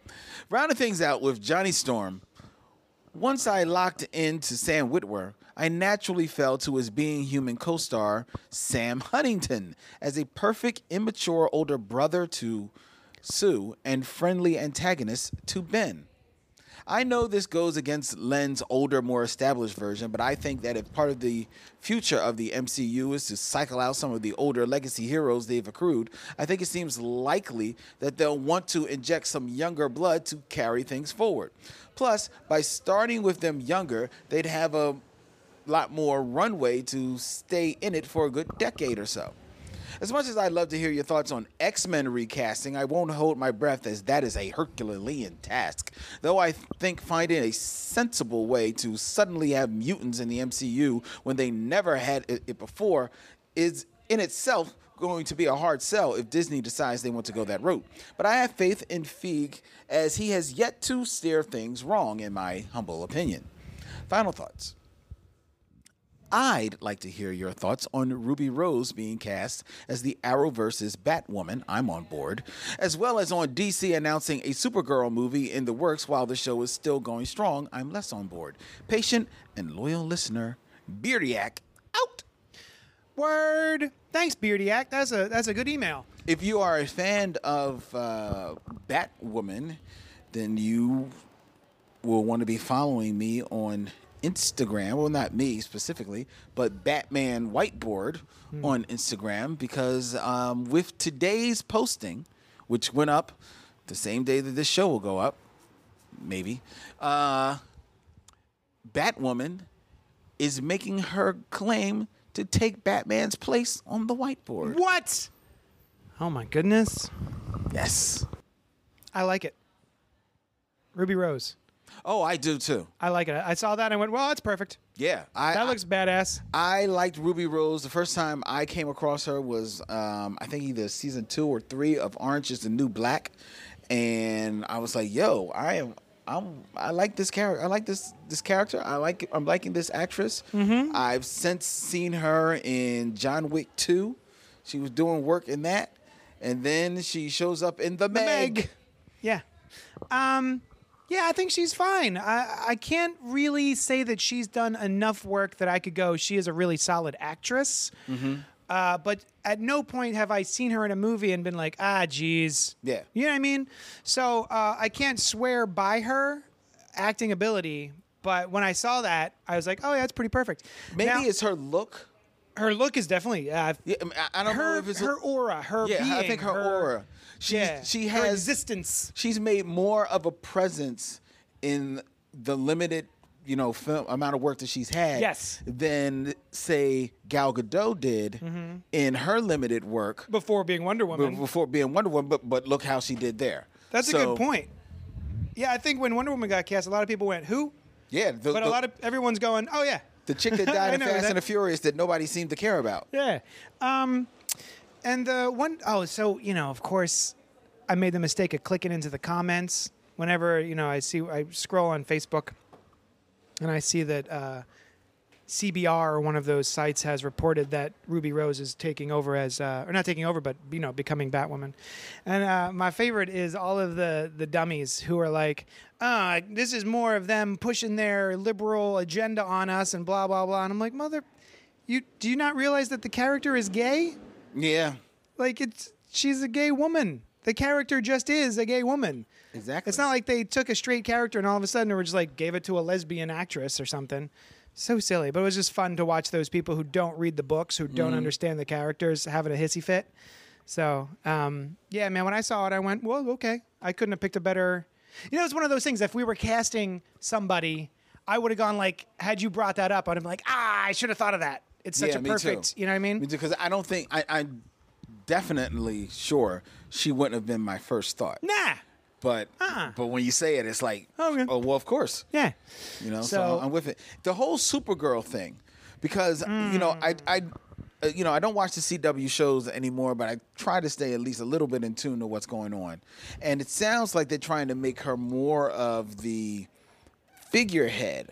S1: Rounding things out with Johnny Storm. Once I locked into Sam Witwer, I naturally fell to his being human co star, Sam Huntington, as a perfect, immature older brother to Sue and friendly antagonist to Ben. I know this goes against Len's older, more established version, but I think that if part of the future of the MCU is to cycle out some of the older legacy heroes they've accrued, I think it seems likely that they'll want to inject some younger blood to carry things forward. Plus, by starting with them younger, they'd have a lot more runway to stay in it for a good decade or so. As much as I'd love to hear your thoughts on X Men recasting, I won't hold my breath as that is a Herculean task. Though I think finding a sensible way to suddenly have mutants in the MCU when they never had it it before is in itself going to be a hard sell if Disney decides they want to go that route. But I have faith in Feig as he has yet to steer things wrong, in my humble opinion. Final thoughts. I'd like to hear your thoughts on Ruby Rose being cast as the Arrow versus Batwoman. I'm on board, as well as on DC announcing a Supergirl movie in the works while the show is still going strong. I'm less on board. Patient and loyal listener, Beardiac out.
S2: Word. Thanks, Beardiac. That's a that's a good email.
S1: If you are a fan of uh, Batwoman, then you will want to be following me on Instagram. Well, not me specifically, but Batman Whiteboard on Instagram because um, with today's posting, which went up the same day that this show will go up, maybe, uh, Batwoman is making her claim to take Batman's place on the whiteboard.
S2: What? Oh my goodness.
S1: Yes.
S2: I like it. Ruby Rose.
S1: Oh, I do too.
S2: I like it. I saw that and I went, well, that's perfect.
S1: Yeah, I,
S2: That looks badass.
S1: I liked Ruby Rose. The first time I came across her was, um, I think, either season two or three of Orange Is the New Black, and I was like, "Yo, I am, I'm, I like this character. I like this this character. I like, I'm liking this actress.
S2: Mm-hmm.
S1: I've since seen her in John Wick Two. She was doing work in that, and then she shows up in The, Meg.
S2: Meg. Yeah. Um, yeah, I think she's fine. I, I can't really say that she's done enough work that I could go, she is a really solid actress.
S1: Mm-hmm.
S2: Uh, but at no point have I seen her in a movie and been like, ah, geez.
S1: Yeah.
S2: You know what I mean? So uh, I can't swear by her acting ability. But when I saw that, I was like, oh, yeah, that's pretty perfect.
S1: Maybe
S2: Now,
S1: it's her look.
S2: her look is definitely. Uh,
S1: Yeah, I, mean, I- I don't know
S2: her,
S1: if it's
S2: her aura, her
S1: yeah, I
S2: being,
S1: think her, aura. She
S2: yeah,
S1: she
S2: her
S1: has
S2: existence.
S1: she's made more of a presence in the limited you know film amount of work that she's had
S2: Yes.
S1: than say Gal Gadot did
S2: Mm-hmm.
S1: in her limited work b-
S2: before being Wonder Woman.
S1: before being Wonder Woman but, but look how she did there
S2: That's a
S1: So,
S2: good point. Yeah, I think when Wonder Woman got cast, a lot of people went, "Who?"
S1: yeah the,
S2: But a lot of everyone's going, "Oh yeah,
S1: The
S2: <laughs>
S1: chick that
S2: I
S1: died in
S2: know,
S1: Fast
S2: that-
S1: and the Furious that nobody seemed to care about.
S2: Yeah. Um, and the one oh, so you know, of course, I made the mistake of clicking into the comments whenever you know I see I scroll on Facebook, and I see that uh, CBR or one of those sites has reported that Ruby Rose is taking over as uh, or not taking over, but you know, becoming Batwoman. And uh, my favorite is all of the the dummies who are like, uh, this is more of them pushing their liberal agenda on us and blah blah blah. And I'm like, mother. You do you not realize that the character is gay?
S1: Yeah,
S2: Like it's she's a gay woman. The character just is a gay woman.
S1: exactly.
S2: It's not like they took a straight character and all of a sudden they were just like gave it to a lesbian actress or something. So silly, but it was just fun to watch those people who don't read the books, who
S1: Mm.
S2: don't understand the characters, having a hissy fit. So um, yeah, man, when I saw it, I went, "Well, okay." I couldn't have picked a better. You know, it's one of those things. If we were casting somebody, I would have gone like, had you brought that up, I'd have been like, "Ah, I should have thought of that." It's such
S1: Yeah,
S2: a
S1: me too.
S2: perfect. You know what I mean?
S1: because I don't think I, I'm definitely sure she wouldn't have been my first thought.
S2: Nah.
S1: But
S2: Uh-uh.
S1: but when you say it, it's like,
S2: Okay.
S1: oh well, of course.
S2: Yeah.
S1: You know, so,
S2: So-
S1: I'm with it. The whole Supergirl thing, because you know, I I. uh, You know, I don't watch the CW shows anymore, but I try to stay at least a little bit in tune to what's going on. And it sounds like they're trying to make her more of the figurehead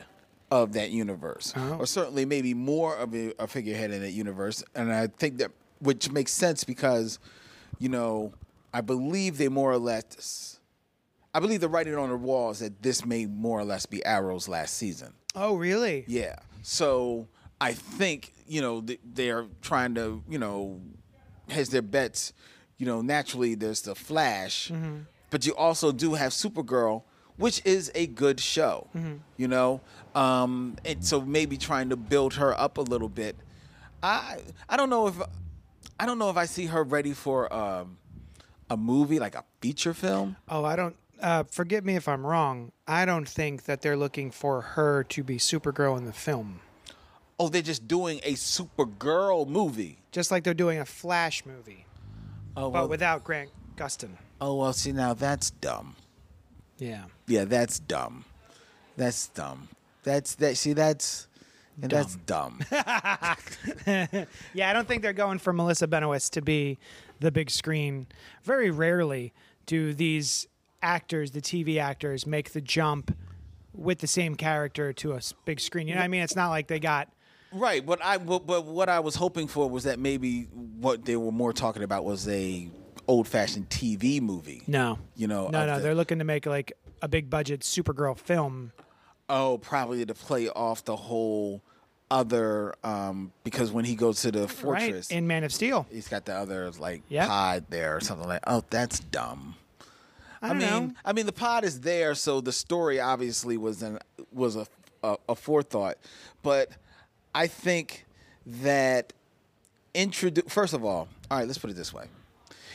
S1: of that universe,
S2: Uh-huh.
S1: or certainly maybe more of a, a figurehead in that universe. And I think that, which makes sense because, you know, I believe they more or less, I believe the writing on the walls that this may more or less be Arrow's last season.
S2: Oh, really?
S1: Yeah. So I think you know th- they're trying to you know has their bets. You know, naturally there's the Flash, but you also do have Supergirl, which is a good show. You know, um, and so maybe trying to build her up a little bit. I I don't know if I don't know if I see her ready for um, a movie like a feature film.
S2: Oh, I don't. Uh, forgive me if I'm wrong. I don't think that they're looking for her to be Supergirl in the film,
S1: Oh, they're just doing a Supergirl movie.
S2: just like they're doing a Flash movie,
S1: Oh
S2: but
S1: well,
S2: without Grant Gustin.
S1: oh well. See now that's dumb.
S2: Yeah.
S1: Yeah, that's dumb. That's dumb. That's that. See, that's and that's dumb.
S2: Yeah, I don't think they're going for Melissa Benoist to be the big screen. Very rarely do these actors, the TV actors, make the jump with the same character to a s- big screen. You know what I mean? It's not like they got.
S1: <laughs> right. But I. But, but what I was hoping for was that maybe what they were more talking about was a old-fashioned TV movie.
S2: No.
S1: You know,
S2: No,
S1: of
S2: no.
S1: the-
S2: They're looking to make like a big budget Supergirl film.
S1: Oh, probably to play off the whole other um because when he goes to the fortress,
S2: Right. In Man of Steel.
S1: he's got the other like
S2: Yep.
S1: pod there or something like. Oh, that's dumb. I
S2: I, don't
S1: mean,
S2: know.
S1: I mean, the pod is there, so the story obviously was an was a a, a forethought, but I think that introduce. First of all, all right, let's put it this way: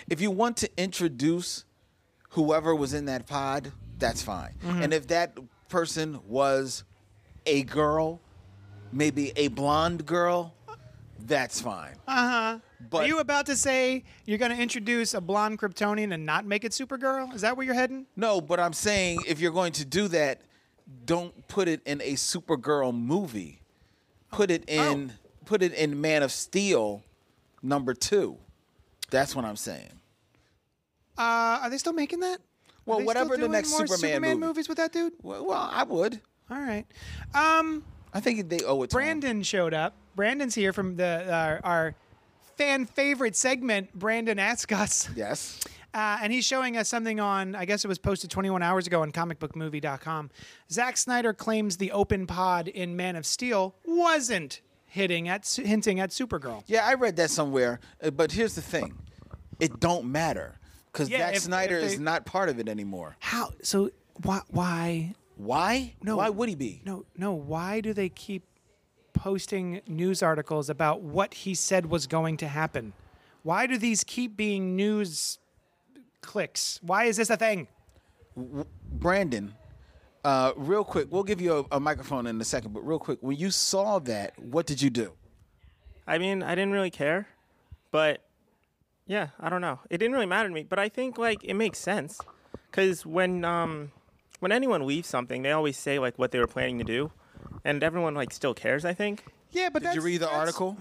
S1: if you want to introduce whoever was in that pod, that's fine,
S2: Mm-hmm.
S1: and if that person was a girl, maybe a blonde girl, that's fine. Uh huh.
S2: Are
S1: But
S2: Uh-huh. you about to say you're going to introduce a blonde Kryptonian and not make it Supergirl? Is that where you're heading?
S1: No, but I'm saying if you're going to do that, don't put it in a Supergirl movie. Put it
S2: Oh.
S1: in put it in Man of Steel number 2. That's what I'm saying.
S2: Uh, are they still making that? Are
S1: Well,
S2: they still
S1: whatever the
S2: doing
S1: next
S2: more
S1: Superman movie.
S2: movies with that dude.
S1: Well, well, I would.
S2: All right. Um,
S1: I think they owe it to him.
S2: Brandon showed up. Brandon's here from the our our fan favorite segment. Brandon asks us,
S1: Yes.
S2: uh, and he's showing us something on. I guess it was posted 21 hours ago on ComicBookMovie.com. Zack Snyder claims the open pod in Man of Steel wasn't hitting at su- hinting at Supergirl.
S1: Yeah, I read that somewhere, uh, but here's the thing. It don't matter cuz
S2: Yeah,
S1: Zack
S2: if-
S1: Snyder
S2: if they-
S1: is not part of it anymore.
S2: How? So why? Why?
S1: Why?
S2: No.
S1: Why would he be?
S2: No, no. Why do they keep posting news articles about what he said was going to happen? Why do these keep being news clicks? Why is this a thing?
S1: Brandon, uh, real quick, we'll give you a, a microphone in a second, but real quick, when you saw that, what did you do?
S3: I mean, I didn't really care, but yeah, I don't know. It didn't really matter to me, but I think like it makes sense because when um when anyone leaves something, they always say like what they were planning to do, and everyone like still cares. I think
S2: Yeah, but
S1: Did you read the article?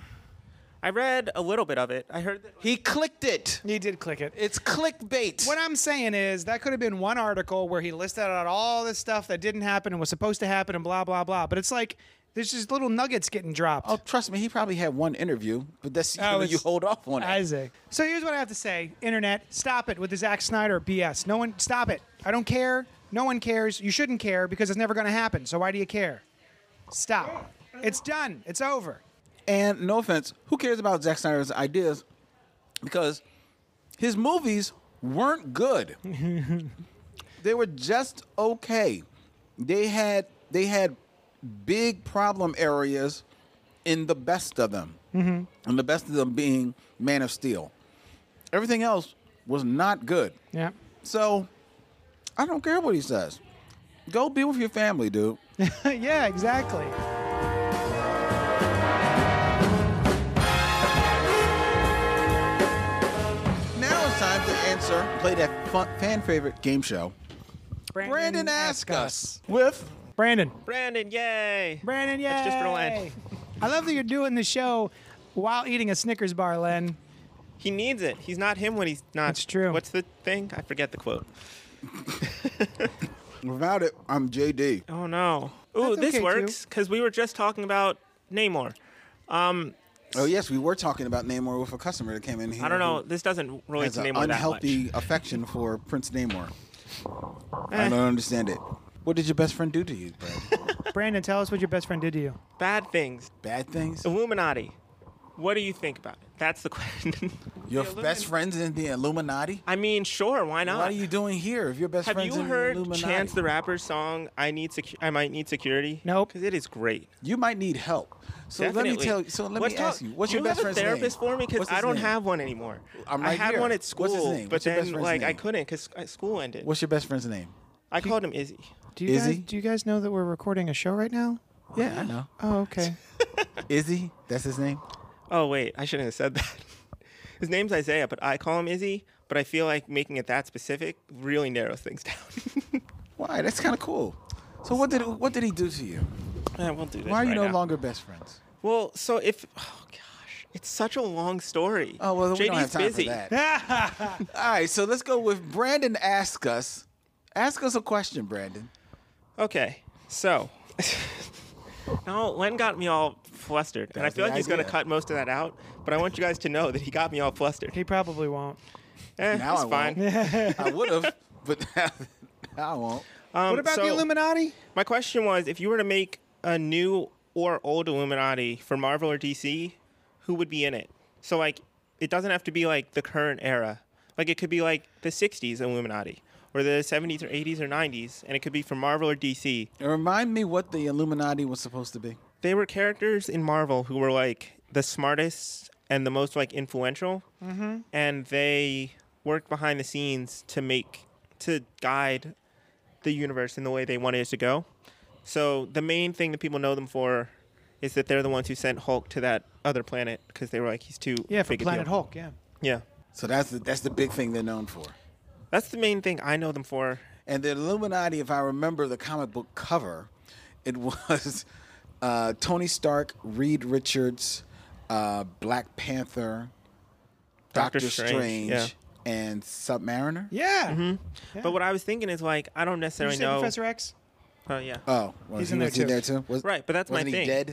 S3: I read a little bit of it. I heard that
S1: He clicked it.
S2: He did click it.
S1: It's clickbait.
S2: What I'm saying is that could have been one article where he listed out all this stuff that didn't happen and was supposed to happen and blah blah blah. But it's like there's just little nuggets getting dropped.
S1: oh, trust me, he probably had one interview, but that's usually
S2: it's-
S1: you hold off on it.
S2: Isaac. So here's what I have to say, Internet. Stop it with the Zack Snyder BS. No one, stop it. I don't care. No one cares. You shouldn't care because it's never going to happen. So why do you care? Stop. It's done. It's over.
S1: And no offense, who cares about Zack Snyder's ideas? Because his movies weren't good. they were just okay. They had they had big problem areas in the best of them, and the best of them being Man of Steel. Everything else was not good.
S2: Yeah.
S1: So I don't care what he says. Go be with your family, dude.
S2: <laughs> yeah. Exactly.
S1: Now it's time to answer. Play that fun, fan favorite game show. Brandon, ask us with
S2: Brandon.
S3: Brandon, yay!
S2: Brandon. Yeah.
S3: That's just for Len.
S2: I love that you're doing the show while eating a Snickers bar, Len.
S3: He needs it. He's not him when he's not.
S2: That's true.
S3: What's the thing? I forget the quote.
S1: without it. I'm JD.
S3: Oh no. Ooh,
S2: That's okay,
S3: this
S2: too.
S3: works because we were just talking about Namor.
S1: Oh yes, we were talking about Namor with a customer that came in here.
S3: I don't know.
S1: who
S3: This doesn't relate
S1: Has
S3: to
S1: an
S3: Namor that much.
S1: unhealthy affection for Prince Namor. I
S3: Eh.
S1: don't understand it. What did your best friend do to you,
S3: <laughs>
S1: Brad?
S2: Brandon, tell us what your best friend did to you.
S3: Bad things.
S1: Bad things.
S3: Illuminati. What do you think about it? That's the <laughs> question.
S1: Your best friend's in the Illuminati.
S3: I mean, sure, why not?
S1: What are you doing here if your best
S3: Have
S1: friend's
S3: you
S1: in
S3: heard
S1: the Illuminati?
S3: Chance the Rapper's song "I Need Secu- I Might Need Security"?
S2: Nope.
S3: because it is great.
S1: you might need help. So let me
S3: Definitely.
S1: tell you. So let
S3: Let's
S1: me
S3: talk-
S1: ask you. What's
S3: do
S1: your best
S3: have
S1: friend's
S3: a therapist
S1: name?
S3: for me? Because
S1: What's his
S3: I don't
S1: name?
S3: have one anymore.
S1: I'm
S3: I
S1: right
S3: had
S1: here.
S3: one at
S1: What's
S3: school,
S1: his name?
S3: but
S1: What's your best
S3: then
S1: friend's
S3: like I
S1: name?
S3: couldn't because school ended.
S1: What's your best friend's name?
S3: I called him Izzy.
S2: Do you
S1: Is
S2: guys
S1: he?
S2: do you guys know that we're recording a show right now?
S1: Yeah, I know.
S2: Oh, okay. <laughs>
S1: Izzy, that's his name.
S3: Oh wait, I shouldn't have said that. <laughs> His name's Isaiah, but I call him Izzy. But I feel like making it that specific really narrows things down. <laughs>
S1: Why? That's kind of cool. So what did what did he do to you?
S3: Eh, we'll do this
S1: Why are you
S3: right
S1: no
S3: now.
S1: longer best friends?
S3: Well, so if oh gosh, it's such a long story.
S1: Oh well,
S3: JD's
S1: we don't have time
S3: busy.
S1: for that. All right, so let's go with Brandon. Ask us, ask us a question, Brandon.
S3: Okay, so <laughs> now Len got me all flustered, and I
S1: was
S3: feel
S1: the
S3: like he's gonna
S1: idea.
S3: cut most of that out. But I want you guys to know that he got me all flustered. <laughs>
S2: He probably won't.
S3: Eh,
S1: Now
S3: it's
S1: I
S3: fine.
S1: I would have, <laughs> but now I won't.
S3: Um,
S2: What about
S3: so
S2: the Illuminati?
S3: My question was, if you were to make a new or old Illuminati for Marvel or DC, who would be in it? So like, it doesn't have to be like the current era. Like it could be like the '60s Illuminati, or the '70s or '80s or '90s, and it could be for Marvel or DC.
S1: Remind me what the Illuminati was supposed to be.
S3: they were characters in Marvel who were like the smartest and the most like influential,
S2: Mm-hmm.
S3: and they worked behind the scenes to make to guide the universe in the way they wanted it to go. So the main thing that people know them for is that they're the ones who sent Hulk to that other planet because they were like he's too
S2: Yeah, for
S3: big a
S2: Planet
S3: deal.
S2: Hulk. Yeah.
S3: Yeah,
S1: So that's the, that's the big thing they're known for.
S3: that's the main thing I know them for.
S1: And the Illuminati, if I remember the comic book cover, it <laughs> was uh, Tony Stark, Reed Richards, uh, Black Panther, Doctor,
S3: Doctor
S1: Strange,
S3: Strange, yeah.
S1: and Submariner.
S2: Yeah.
S3: But what I was thinking is like I don't
S2: Did you
S3: necessarily
S2: say
S3: know.
S2: Professor X?
S3: Oh yeah.
S1: Oh, well,
S2: He's
S1: he
S2: in there
S1: was he
S2: too.
S1: there too. Was-
S3: Right, but that's my
S1: wasn't
S3: thing.
S1: he dead?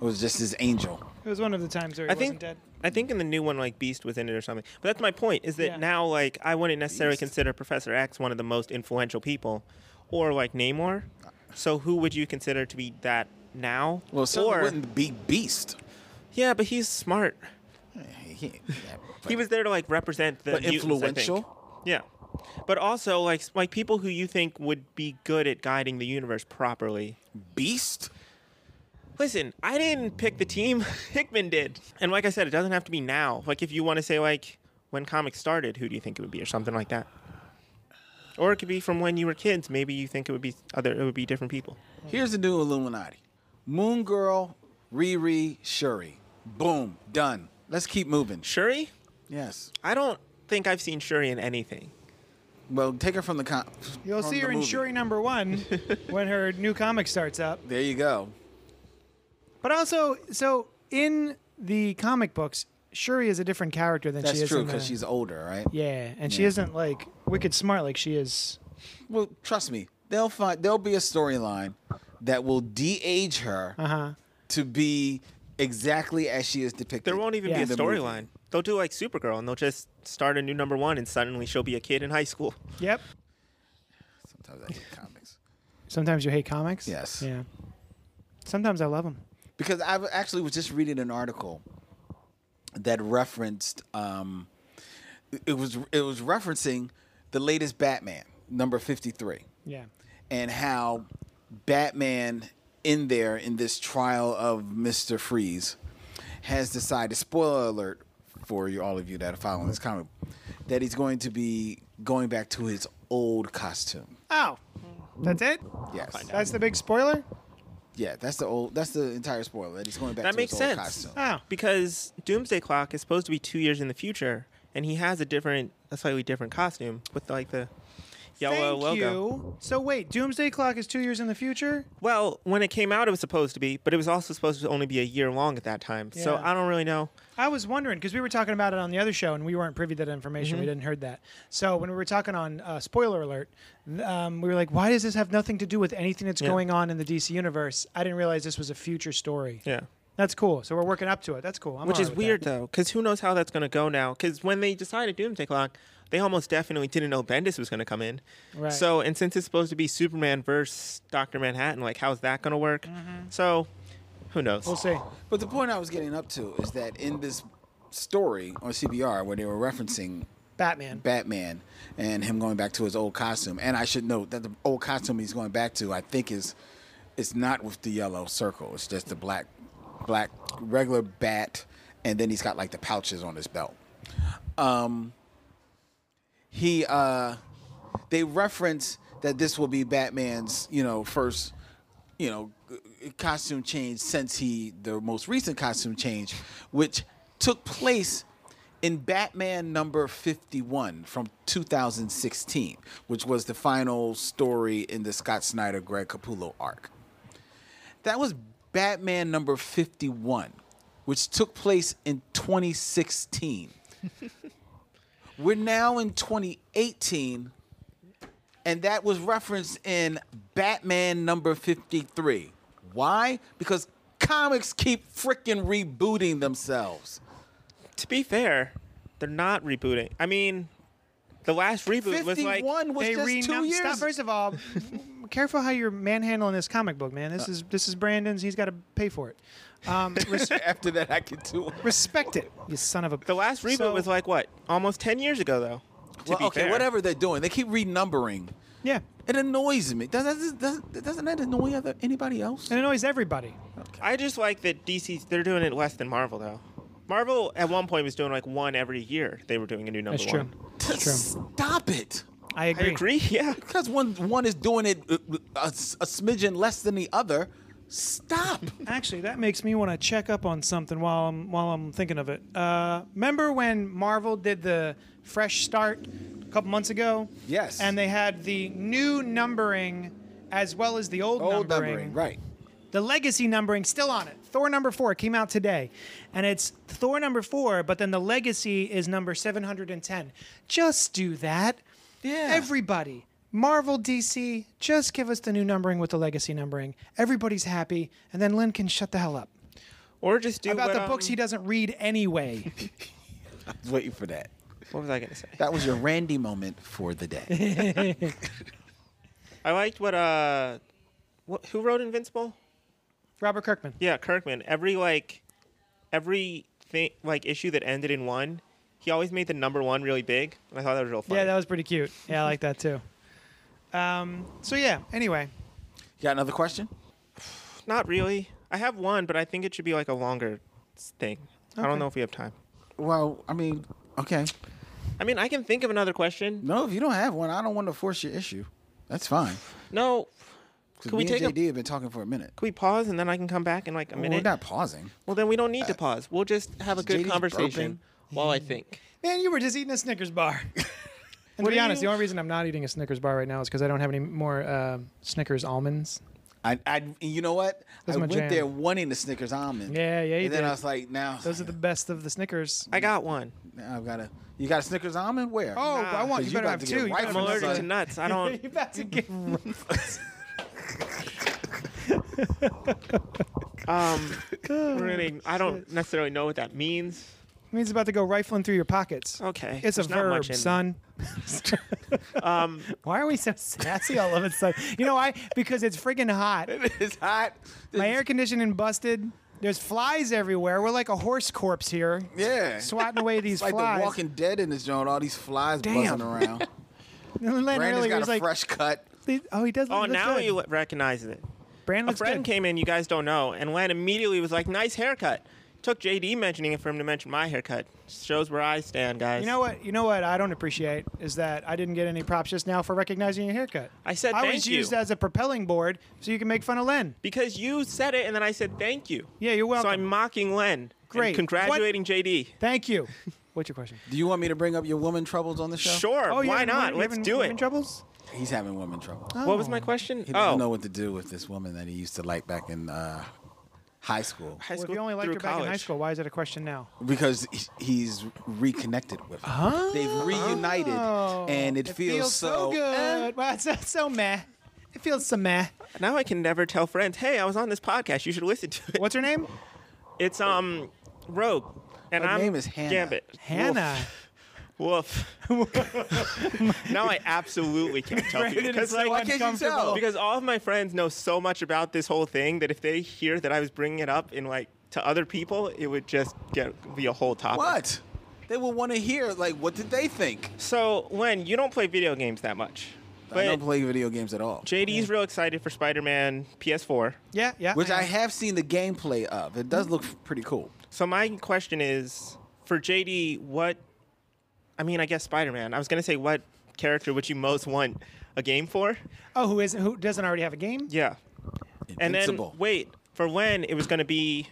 S1: It was just his angel.
S2: It was one of the times where he
S3: I think
S2: wasn't dead.
S3: I think in the new one like Beast was in it or something. But that's my point is that
S2: Yeah.
S3: now like I wouldn't necessarily
S1: Beast.
S3: consider Professor X one of the most influential people, or like Namor. So who would you consider to be that now?
S1: Well, so
S3: or
S1: wouldn't be Beast.
S3: yeah, but he's smart. He was there to like represent the
S1: But
S3: mutants, I think.
S1: influential?
S3: Yeah, but also like s- like people who you think would be good at guiding the universe properly.
S1: <laughs> Beast.
S3: Listen, I didn't pick the team. <laughs> Hickman did. And like I said, it doesn't have to be now. Like if you want to say like when comics started, who do you think it would be or something like that? Or it could be from when you were kids. Maybe you think it would be other it would be different people.
S1: Here's the new Illuminati: Moon Girl, Riri, Shuri. Boom, done. Let's keep moving.
S3: Shuri?
S1: Yes.
S3: I don't think I've seen Shuri in anything.
S1: Well, take her from the con.
S2: You'll
S1: from
S2: see
S1: the
S2: her
S1: <laughs>
S2: in
S1: movie.
S2: Shuri number one when her new comic starts up.
S1: There you go.
S2: But also, so in the comic books, Shuri is a different character than she
S1: That's
S2: is.
S1: true
S2: in the-
S1: because she's older, right?
S2: Yeah, and she isn't like wicked smart like she is.
S1: Well, trust me, they'll find there'll be a storyline that will de-age her
S2: Uh huh.
S1: to be exactly as she is depicted.
S3: There won't even
S2: Yeah.
S3: be a
S1: The movie.
S3: storyline. They'll do like Supergirl and they'll just start a new number one and suddenly she'll be a kid in high school. <laughs>
S2: Yep.
S1: Sometimes I hate comics
S2: Sometimes you hate comics.
S1: Yes.
S2: Yeah. Sometimes I love them.
S1: because I w- actually was just reading an article that referenced um, it was it was referencing the latest Batman number fifty three.
S2: Yeah.
S1: and how Batman in there in this trial of Mr. Freeze has decided spoiler alert for you all of you that are following this comic that he's going to be going back to his old costume.
S2: Oh, that's it.
S1: Yes.
S2: That's the big spoiler.
S1: Yeah, that's the old that's the entire spoiler that he's going back
S3: That
S1: to
S3: makes
S1: his old
S3: sense.
S1: costume.
S2: Oh.
S3: Because Doomsday Clock is supposed to be two years in the future and he has a different, a slightly different costume with like the yellow
S2: Thank
S3: logo.
S2: you. So wait, Doomsday Clock is two years in the future.
S3: Well, when it came out, it was supposed to be, but it was also supposed to only be a year long at that time. So
S2: Yeah.
S3: I don't really know.
S2: I was wondering because we were talking about it on the other show and we weren't privy to that information.
S3: Mm-hmm.
S2: We didn't heard that. So when we were talking on uh, spoiler alert, th- um, we were like, "Why does this have nothing to do with anything that's
S3: Yeah.
S2: going on in the DC universe?" I didn't realize this was a future story.
S3: Yeah.
S2: That's cool. So we're working up to it. That's cool. I'm
S3: Which
S2: all
S3: is
S2: right with
S3: weird
S2: that.
S3: though, because who knows how that's going to go now? Because when they decided Doomsday Clock, they almost definitely didn't know Bendis was going to come in.
S2: Right.
S3: So, and since it's supposed to be Superman versus Doctor Manhattan, like how's that going to work? So, who knows?
S2: Mm-hmm. We'll see.
S1: But the point I was getting up to is that in this story on CBR where they were referencing
S2: Batman.
S1: Batman and him going back to his old costume. And I should note that the old costume he's going back to, I think, is it's not with the yellow circle. It's just the black, black regular bat, and then he's got like the pouches on his belt. Um, he uh, they reference that this will be Batman's, you know, first, you know, g- costume change since he the most recent costume change, which took place in Batman number 51 from 2016, which was the final story in the Scott Snyder Greg Capullo arc. That was Batman number 51, which took place in 2016. We're now in 2018, and that was referenced in Batman number 53. Why? Because comics keep freaking rebooting themselves.
S3: To be fair, they're not rebooting. I mean, the last reboot was like
S1: 51 was,
S2: They
S1: just two
S2: renou-
S1: years.
S2: Stop. First of all, <laughs> careful how you're manhandling this comic book, man.
S3: Uh.
S2: This is this is Brandon's. He's got to pay for it. Um,
S1: <laughs>
S2: res- <laughs>
S1: After that, I can do it.
S2: respect it, you son of a.
S3: the last reboot
S2: So-
S3: was like what? Almost 10 years ago though. To
S1: Well,
S3: be
S1: okay,
S3: fair.
S1: whatever they're doing, they keep renumbering.
S2: Yeah,
S1: It annoys me. Does, does, does, doesn't that annoy other, anybody else?
S2: it annoys everybody.
S3: I just like that DC's they're doing it less than Marvel though. Marvel at one point was doing like one every year. They were doing a new number
S2: That's true.
S3: one.
S2: That's true.
S1: Stop it.
S2: I
S3: I
S2: agree.
S3: agree. <laughs> Yeah.
S1: Because one one is doing it uh, a, s- a smidgen less than the other. Stop.
S2: Actually, that makes me want to check up on something while I'm while I'm thinking of it. Uh, remember when Marvel did the fresh start a couple months ago?
S1: Yes.
S2: And they had the new numbering as well as the old, numbering.
S1: right?
S2: The legacy numbering still on it. Thor number four came out today, and it's Thor number four, but then the legacy is number seven hundred and ten. Just do that.
S1: Yeah.
S2: Everybody. Marvel, DC, just give us the new numbering with the legacy numbering. Everybody's happy, and then Lynn can shut the hell up
S3: Or just do
S2: about
S3: what,
S2: the books
S3: um,
S2: he doesn't read <laughs> anyway.
S1: Waiting for that.
S3: What was I gonna say?
S1: That was your Randy moment for the <laughs> day.
S3: I liked what uh, what, who wrote Invincible?
S2: Robert Kirkman.
S3: Yeah, Kirkman. Every like, every thing like issue that ended in one, he always made the number one really big. And I thought that was real funny.
S2: Yeah, that was pretty cute. Yeah, I like that too. Um, so yeah. Anyway,
S1: Got another question?
S3: not really. I have one, but I think it should be like a longer s- thing. I
S2: Okay.
S3: don't know if we have time.
S1: Well, I mean, okay.
S3: I mean, I can think of another question.
S1: No, if you don't have one, I don't want to force your issue. That's fine.
S3: No,
S1: Because
S3: Can we
S1: me
S3: take a-
S1: and JD have been talking for a minute.
S3: can we pause and then I can come back in like a
S1: Well, we're
S3: minute?
S1: not pausing.
S3: Well, then we don't need to
S2: Uh,
S3: pause. We'll just have a good
S1: JD's
S3: conversation while I think.
S2: man, you were just eating a Snickers bar. <laughs> And
S3: What
S2: to be
S3: do
S2: honest,
S3: you-
S2: the only reason I'm not eating a Snickers bar right now is because I don't have any more uh, Snickers almonds.
S1: I, I, and you know what?
S2: That's
S1: I
S2: my
S1: went
S2: jam.
S1: there wanting the Snickers almond.
S2: Yeah, yeah, you
S1: And then
S2: did.
S1: I was like, now
S2: Those are the best of the Snickers.
S3: I got one.
S1: I've got to. You got a Snickers almond? Where?
S2: Oh,
S3: Nah,
S2: I want
S1: 'cause
S2: you
S1: you
S2: better
S1: about
S2: have
S1: to get
S2: two. You
S1: right
S2: better
S3: I'm
S1: from
S2: have
S1: the sun.
S3: allergic to nuts. I
S2: another- <laughs>
S3: don't.
S2: you about to get <laughs>
S3: Um,
S2: Oh,
S3: we're gonna, I don't necessarily know what that means.
S2: means about to go rifling through your pockets.
S3: Okay,
S2: It's
S3: there's
S2: a
S3: not
S2: verb,
S3: much in-
S2: son.
S3: <laughs> Um,
S2: <laughs> Why are we so sassy all of a sudden? You know why? Because it's freaking
S1: <laughs>
S2: hot.
S1: it's hot.
S2: My air conditioning busted. There's flies everywhere. We're like a horse corpse here,
S1: yeah.
S2: swatting
S3: <laughs>
S2: away these
S1: It's like
S2: flies.
S1: the
S2: <laughs>
S1: Walking Dead in this joint. All these flies
S2: Damn.
S1: buzzing around.
S2: <laughs> And Len
S1: Brandon's
S2: earlier
S1: got a
S2: was like,
S1: fresh cut.
S2: "Oh, he does."
S3: oh,
S2: look
S3: now
S2: good.
S3: you recognize it.
S2: Brand
S3: A
S2: looks
S3: friend
S2: good.
S3: came in you guys don't know, and Len immediately was like, "Nice haircut." Took JD mentioning it for him to mention my haircut. Shows where I stand, guys.
S2: You know what? You know what? I don't appreciate is that I didn't get any props just now for recognizing your haircut.
S3: I said
S2: I
S3: thank
S2: was
S3: you.
S2: used as a propelling board so you can make fun of Len.
S3: Because you said it, and then I said thank you.
S2: Yeah, you're welcome.
S3: So I'm mocking Len. and
S2: Great.
S3: congratulating JD.
S2: Thank you. <laughs> What's your question?
S1: Do you want me to bring up your woman troubles on the show?
S3: Sure.
S2: you
S3: why
S2: having-
S3: not?
S2: Oh, you
S3: Let's
S2: having
S3: do
S2: women
S3: it.
S2: Troubles?
S1: He's having woman trouble.
S3: What was my question?
S1: He doesn't
S3: oh,
S1: know what to do with this woman that he used to like back in uh, high school
S3: high
S2: Well, if
S3: school
S2: you only liked
S3: through
S2: her back in high
S3: college.
S2: school, why is it a question now?
S1: because he- he's reconnected with her. They've reunited,
S2: Oh.
S3: Oh.
S1: and it, feels, so.
S2: good. Well, it's, it's so meh. It feels so meh.
S3: Now I can never tell friends, "Hey, I was on this podcast. You should listen to it."
S2: What's her name?
S3: It's um, Rogue, and
S1: Her
S3: I'm
S1: name is Hannah.
S3: Gambit.
S2: Hannah.
S1: <laughs>
S3: Woof. now I absolutely can't tell people
S2: Brandon is
S3: because
S2: so
S3: like.
S1: can't you
S2: oh.
S1: tell?
S3: Because all of my friends know so much about this whole thing that if they hear that I was bringing it up in like to other people, it would just get be a whole topic.
S1: What? They will want to hear like what did they think?
S3: So, Len, you don't play video games that much,
S1: I
S3: but
S1: don't play video games at all,
S3: JD's real excited for Spider-Man PS4.
S2: Yeah, yeah.
S1: which I
S2: am.
S1: have seen the gameplay of. It does look pretty cool.
S3: So my question is for JD, what? I mean, I guess Spider-Man. I was gonna say what character would you most want a game for?
S2: Oh, who isn't? Who doesn't already have a game?
S3: Yeah, and then
S1: Invincible.
S3: wait for when it was gonna be.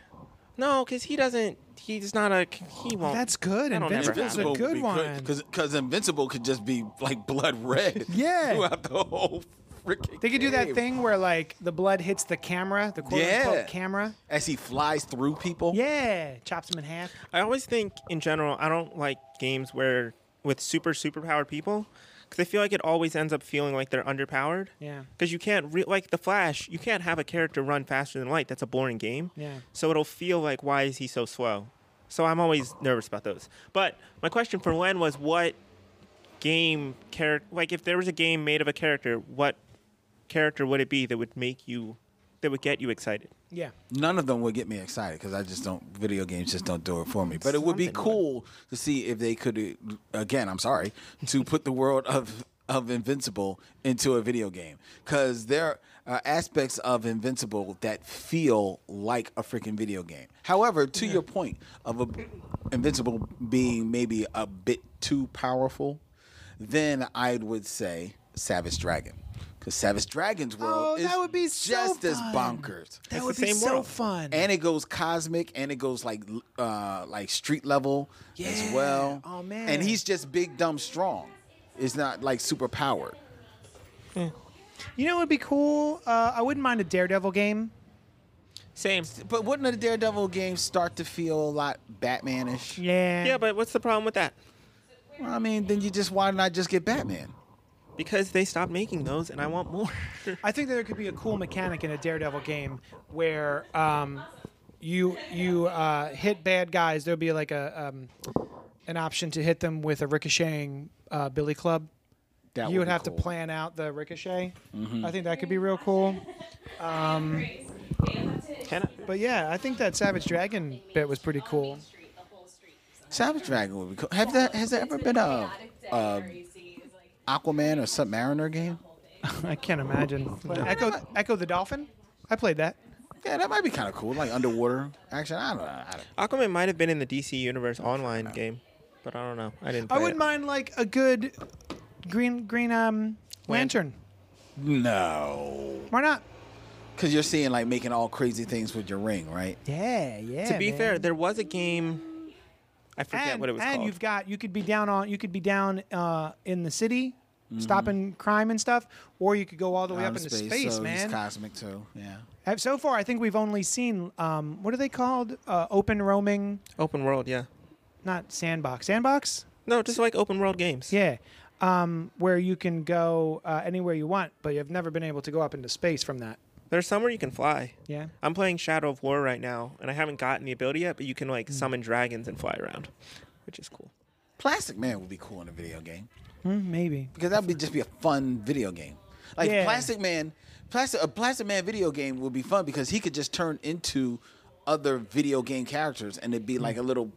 S3: No, because he doesn't. He's not a. He won't.
S2: That's good.
S3: That'll never
S2: Invincible's a
S3: happen.
S2: good one.
S1: because Invincible could just be like blood red. <laughs>
S2: Yeah.
S1: throughout the whole freaking.
S2: They could do that
S1: game.
S2: thing where like the blood hits the camera, the quote unquote
S1: Yeah.
S2: camera.
S1: as he flies through people.
S2: Yeah, chops him in half.
S3: I always think in general, I don't like games where with super superpowered people because I feel like it always ends up feeling like they're underpowered.
S2: Yeah.
S3: Because you can't re- like the Flash, you can't have a character run faster than light. That's a boring game.
S2: Yeah.
S3: So it'll feel like why is he so slow? So I'm always nervous about those. But my question for Len was what game character like if there was a game made of a character, what character would it be that would make you that would get you excited?
S2: Yeah.
S1: None of them would get me excited because I just don't. Video games just don't do it for me. But it would be
S3: Something would.
S1: cool to see if they could. uh, Again, I'm sorry to put the world of of Invincible into a video game because there are aspects of Invincible that feel like a freaking video game. However, to your point of a, Invincible being maybe a bit too powerful, then I would say Savage Dragon. Because Savage Dragon's world
S2: Oh,
S1: is
S2: that would be so
S1: just as
S2: fun.
S1: bonkers
S2: That
S3: the
S2: would be
S3: same
S2: so
S3: world.
S2: fun.
S1: and it goes cosmic and it goes like l- uh like street level as well
S2: Oh, man.
S1: and he's just big dumb strong it's not like super powered
S2: you know what would be cool? Uh, I wouldn't mind a Daredevil game.
S3: Same.
S1: but wouldn't the daredevil game start to feel a lot batmanish
S2: Yeah.
S3: Yeah, but what's the problem with that?
S1: Well, i mean then you just why not just get batman
S3: Because they stopped making those and I want more. <laughs>
S2: I think that there could be a cool mechanic in a Daredevil game where um, you you uh, hit bad guys. There'll be like a um, an option to hit them with a ricocheting uh, billy club.
S1: that
S2: you would
S1: be
S2: have
S1: cool.
S2: to plan out the ricochet. I think that could be real cool.
S3: Can I-
S2: But yeah, I think that Savage Dragon bit was pretty cool.
S1: savage dragon would be cool have that has there ever been a, a aquaman or submariner game
S2: I can't imagine. But Echo Echo the Dolphin? I played that.
S1: yeah that might be kind of cool like underwater action i don't know I don't-
S3: Aquaman might have been in the DC Universe online game, but I don't know. I didn't.
S2: I
S3: play
S2: wouldn't
S3: it.
S2: mind like a good green green um lantern.
S1: no
S2: Why not?
S1: because you're seeing like making all crazy things with your ring right
S2: Yeah, yeah.
S3: To be fair, there was a game. I forget
S2: and,
S3: what it was
S2: and
S3: called.
S2: you've got you could be down on you could be down uh, in the city
S3: Mm-hmm.
S2: stopping crime and stuff, or you could go all the way
S1: Outer
S2: up into space,
S1: so
S2: man.
S1: It's cosmic too. Yeah.
S2: Uh, So far, I think we've only seen um, what are they called? Uh, open roaming,
S3: Open world, yeah.
S2: not sandbox. Sandbox,
S3: No, just like open world games.
S2: yeah, um, where you can go uh, anywhere you want, but you've never been able to go up into space from that.
S3: There's somewhere you can fly.
S2: Yeah.
S3: I'm playing Shadow of War right now, and I haven't gotten the ability yet, but you can
S2: Mm.
S3: like summon dragons and fly around, which is cool.
S1: Plastic Man would be cool in a video game
S2: Mm, maybe.
S1: because that would just be a fun video game. Like
S2: Yeah.
S1: Plastic Man, Plastic a Plastic Man video game would be fun because he could just turn into other video game characters and it'd be like a little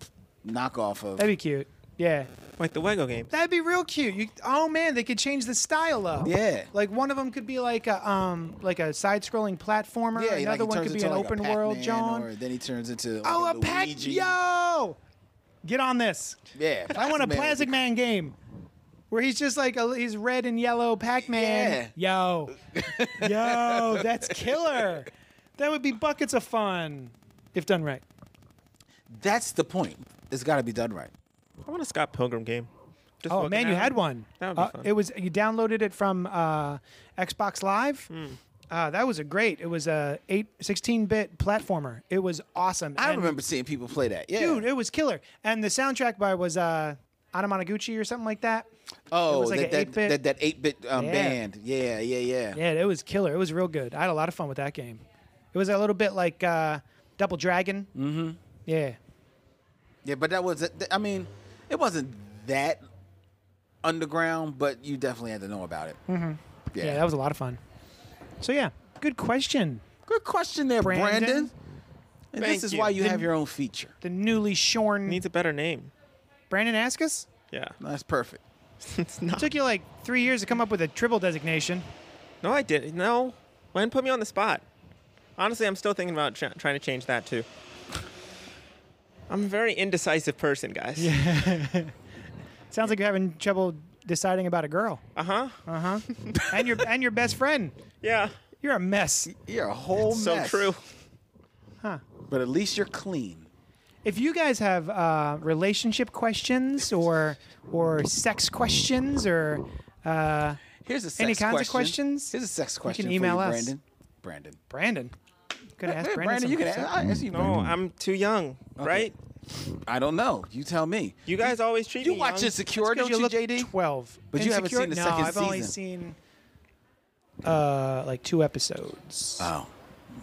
S1: knockoff of.
S2: Hmm. That'd be cute. Yeah.
S3: Like the Lego games.
S2: That'd be real cute. You, oh man, they could change the style up.
S1: Yeah.
S2: Like one of them could be like a um like a side-scrolling platformer.
S1: yeah, like
S2: Another
S1: he
S2: one
S1: turns
S2: could be
S1: into
S2: an
S1: like a
S2: open world,
S1: Pac-Man
S2: John.
S1: Or then he turns into like
S2: oh, a pack.
S1: Luigi.
S2: Yo, get on this.
S1: Yeah,
S2: I want a
S1: would
S2: Plastic
S1: be-
S2: Man game where he's just like a, he's red and yellow Pac-Man.
S1: <laughs>
S2: Yo, yo, that's killer. That would be buckets of fun if done right.
S1: That's the point. It's got to be done right.
S3: I want a Scott Pilgrim game. Just
S2: Oh
S3: looking
S2: man, you
S3: at
S2: had
S3: it.
S2: one.
S3: That would be
S2: Uh,
S3: fun.
S2: It was you downloaded it from uh, Xbox Live.
S3: Hmm.
S2: Uh, that was a great. It was a 8 16 bit platformer. It was awesome.
S1: I
S2: And-
S1: remember seeing people play that. Yeah,
S2: dude. It was killer. And the soundtrack by was uh, Anamanaguchi or something like that.
S1: oh,
S2: it was like
S1: that,
S2: an
S1: that,
S2: 8-bit
S1: that that eight bit um,
S2: Yeah.
S1: band. Yeah, yeah, yeah,
S2: Yeah, it was killer. It was real good. I had a lot of fun with that game. It was a little bit like uh, Double Dragon. Mm-hmm. Yeah.
S1: Yeah, but that was. I mean, it wasn't that underground, but you definitely had to know about it. Mm-hmm. Yeah.
S2: yeah, that was a lot of fun. So yeah, good question.
S1: good question there, Brandon.
S2: Brandon.
S1: And
S3: Thank
S1: this is
S3: you.
S1: why you
S3: Didn't-
S1: have your own feature.
S2: The newly shorn
S3: Needs a better name.
S2: Brandon Askus
S3: Yeah.
S1: That's perfect.
S3: it's not.
S2: took you like three years to come up with a triple designation.
S3: No, I didn't. No. When put me on the spot. Honestly, I'm still thinking about ch- trying to change that too. I'm a very indecisive person, guys. Yeah.
S2: Sounds like you're having trouble deciding about a girl
S3: Uh huh.
S2: and your and your best friend.
S3: Yeah.
S2: You're a mess.
S1: You're a whole
S3: So
S1: mess.
S3: true.
S1: But at least you're clean.
S2: If you guys have uh, relationship questions or or sex questions or uh,
S1: Here's a sex
S2: Any kinds of
S1: question.
S2: questions?
S1: Here's a sex question.
S2: email
S1: for you,
S2: us.
S1: Brandon. Brandon.
S2: Brandon, gonna ask
S1: Hey,
S2: Brandon.
S1: Brandon,
S2: some
S1: you can uh,
S2: stuff.
S1: I, ask you,
S3: Mm. No,
S1: Brandon.
S3: I'm too young, right?
S1: I don't know. You tell me.
S3: You guys always treat
S1: You
S3: me
S1: watch
S3: young.
S1: Insecure,
S2: Because
S1: don't
S2: you
S1: you,
S2: look
S1: JD?
S2: twelve,
S1: But you haven't
S2: Insecure?
S1: seen the
S2: no,
S1: second
S2: I've only
S1: season.
S2: seen uh, like two episodes.
S1: Oh,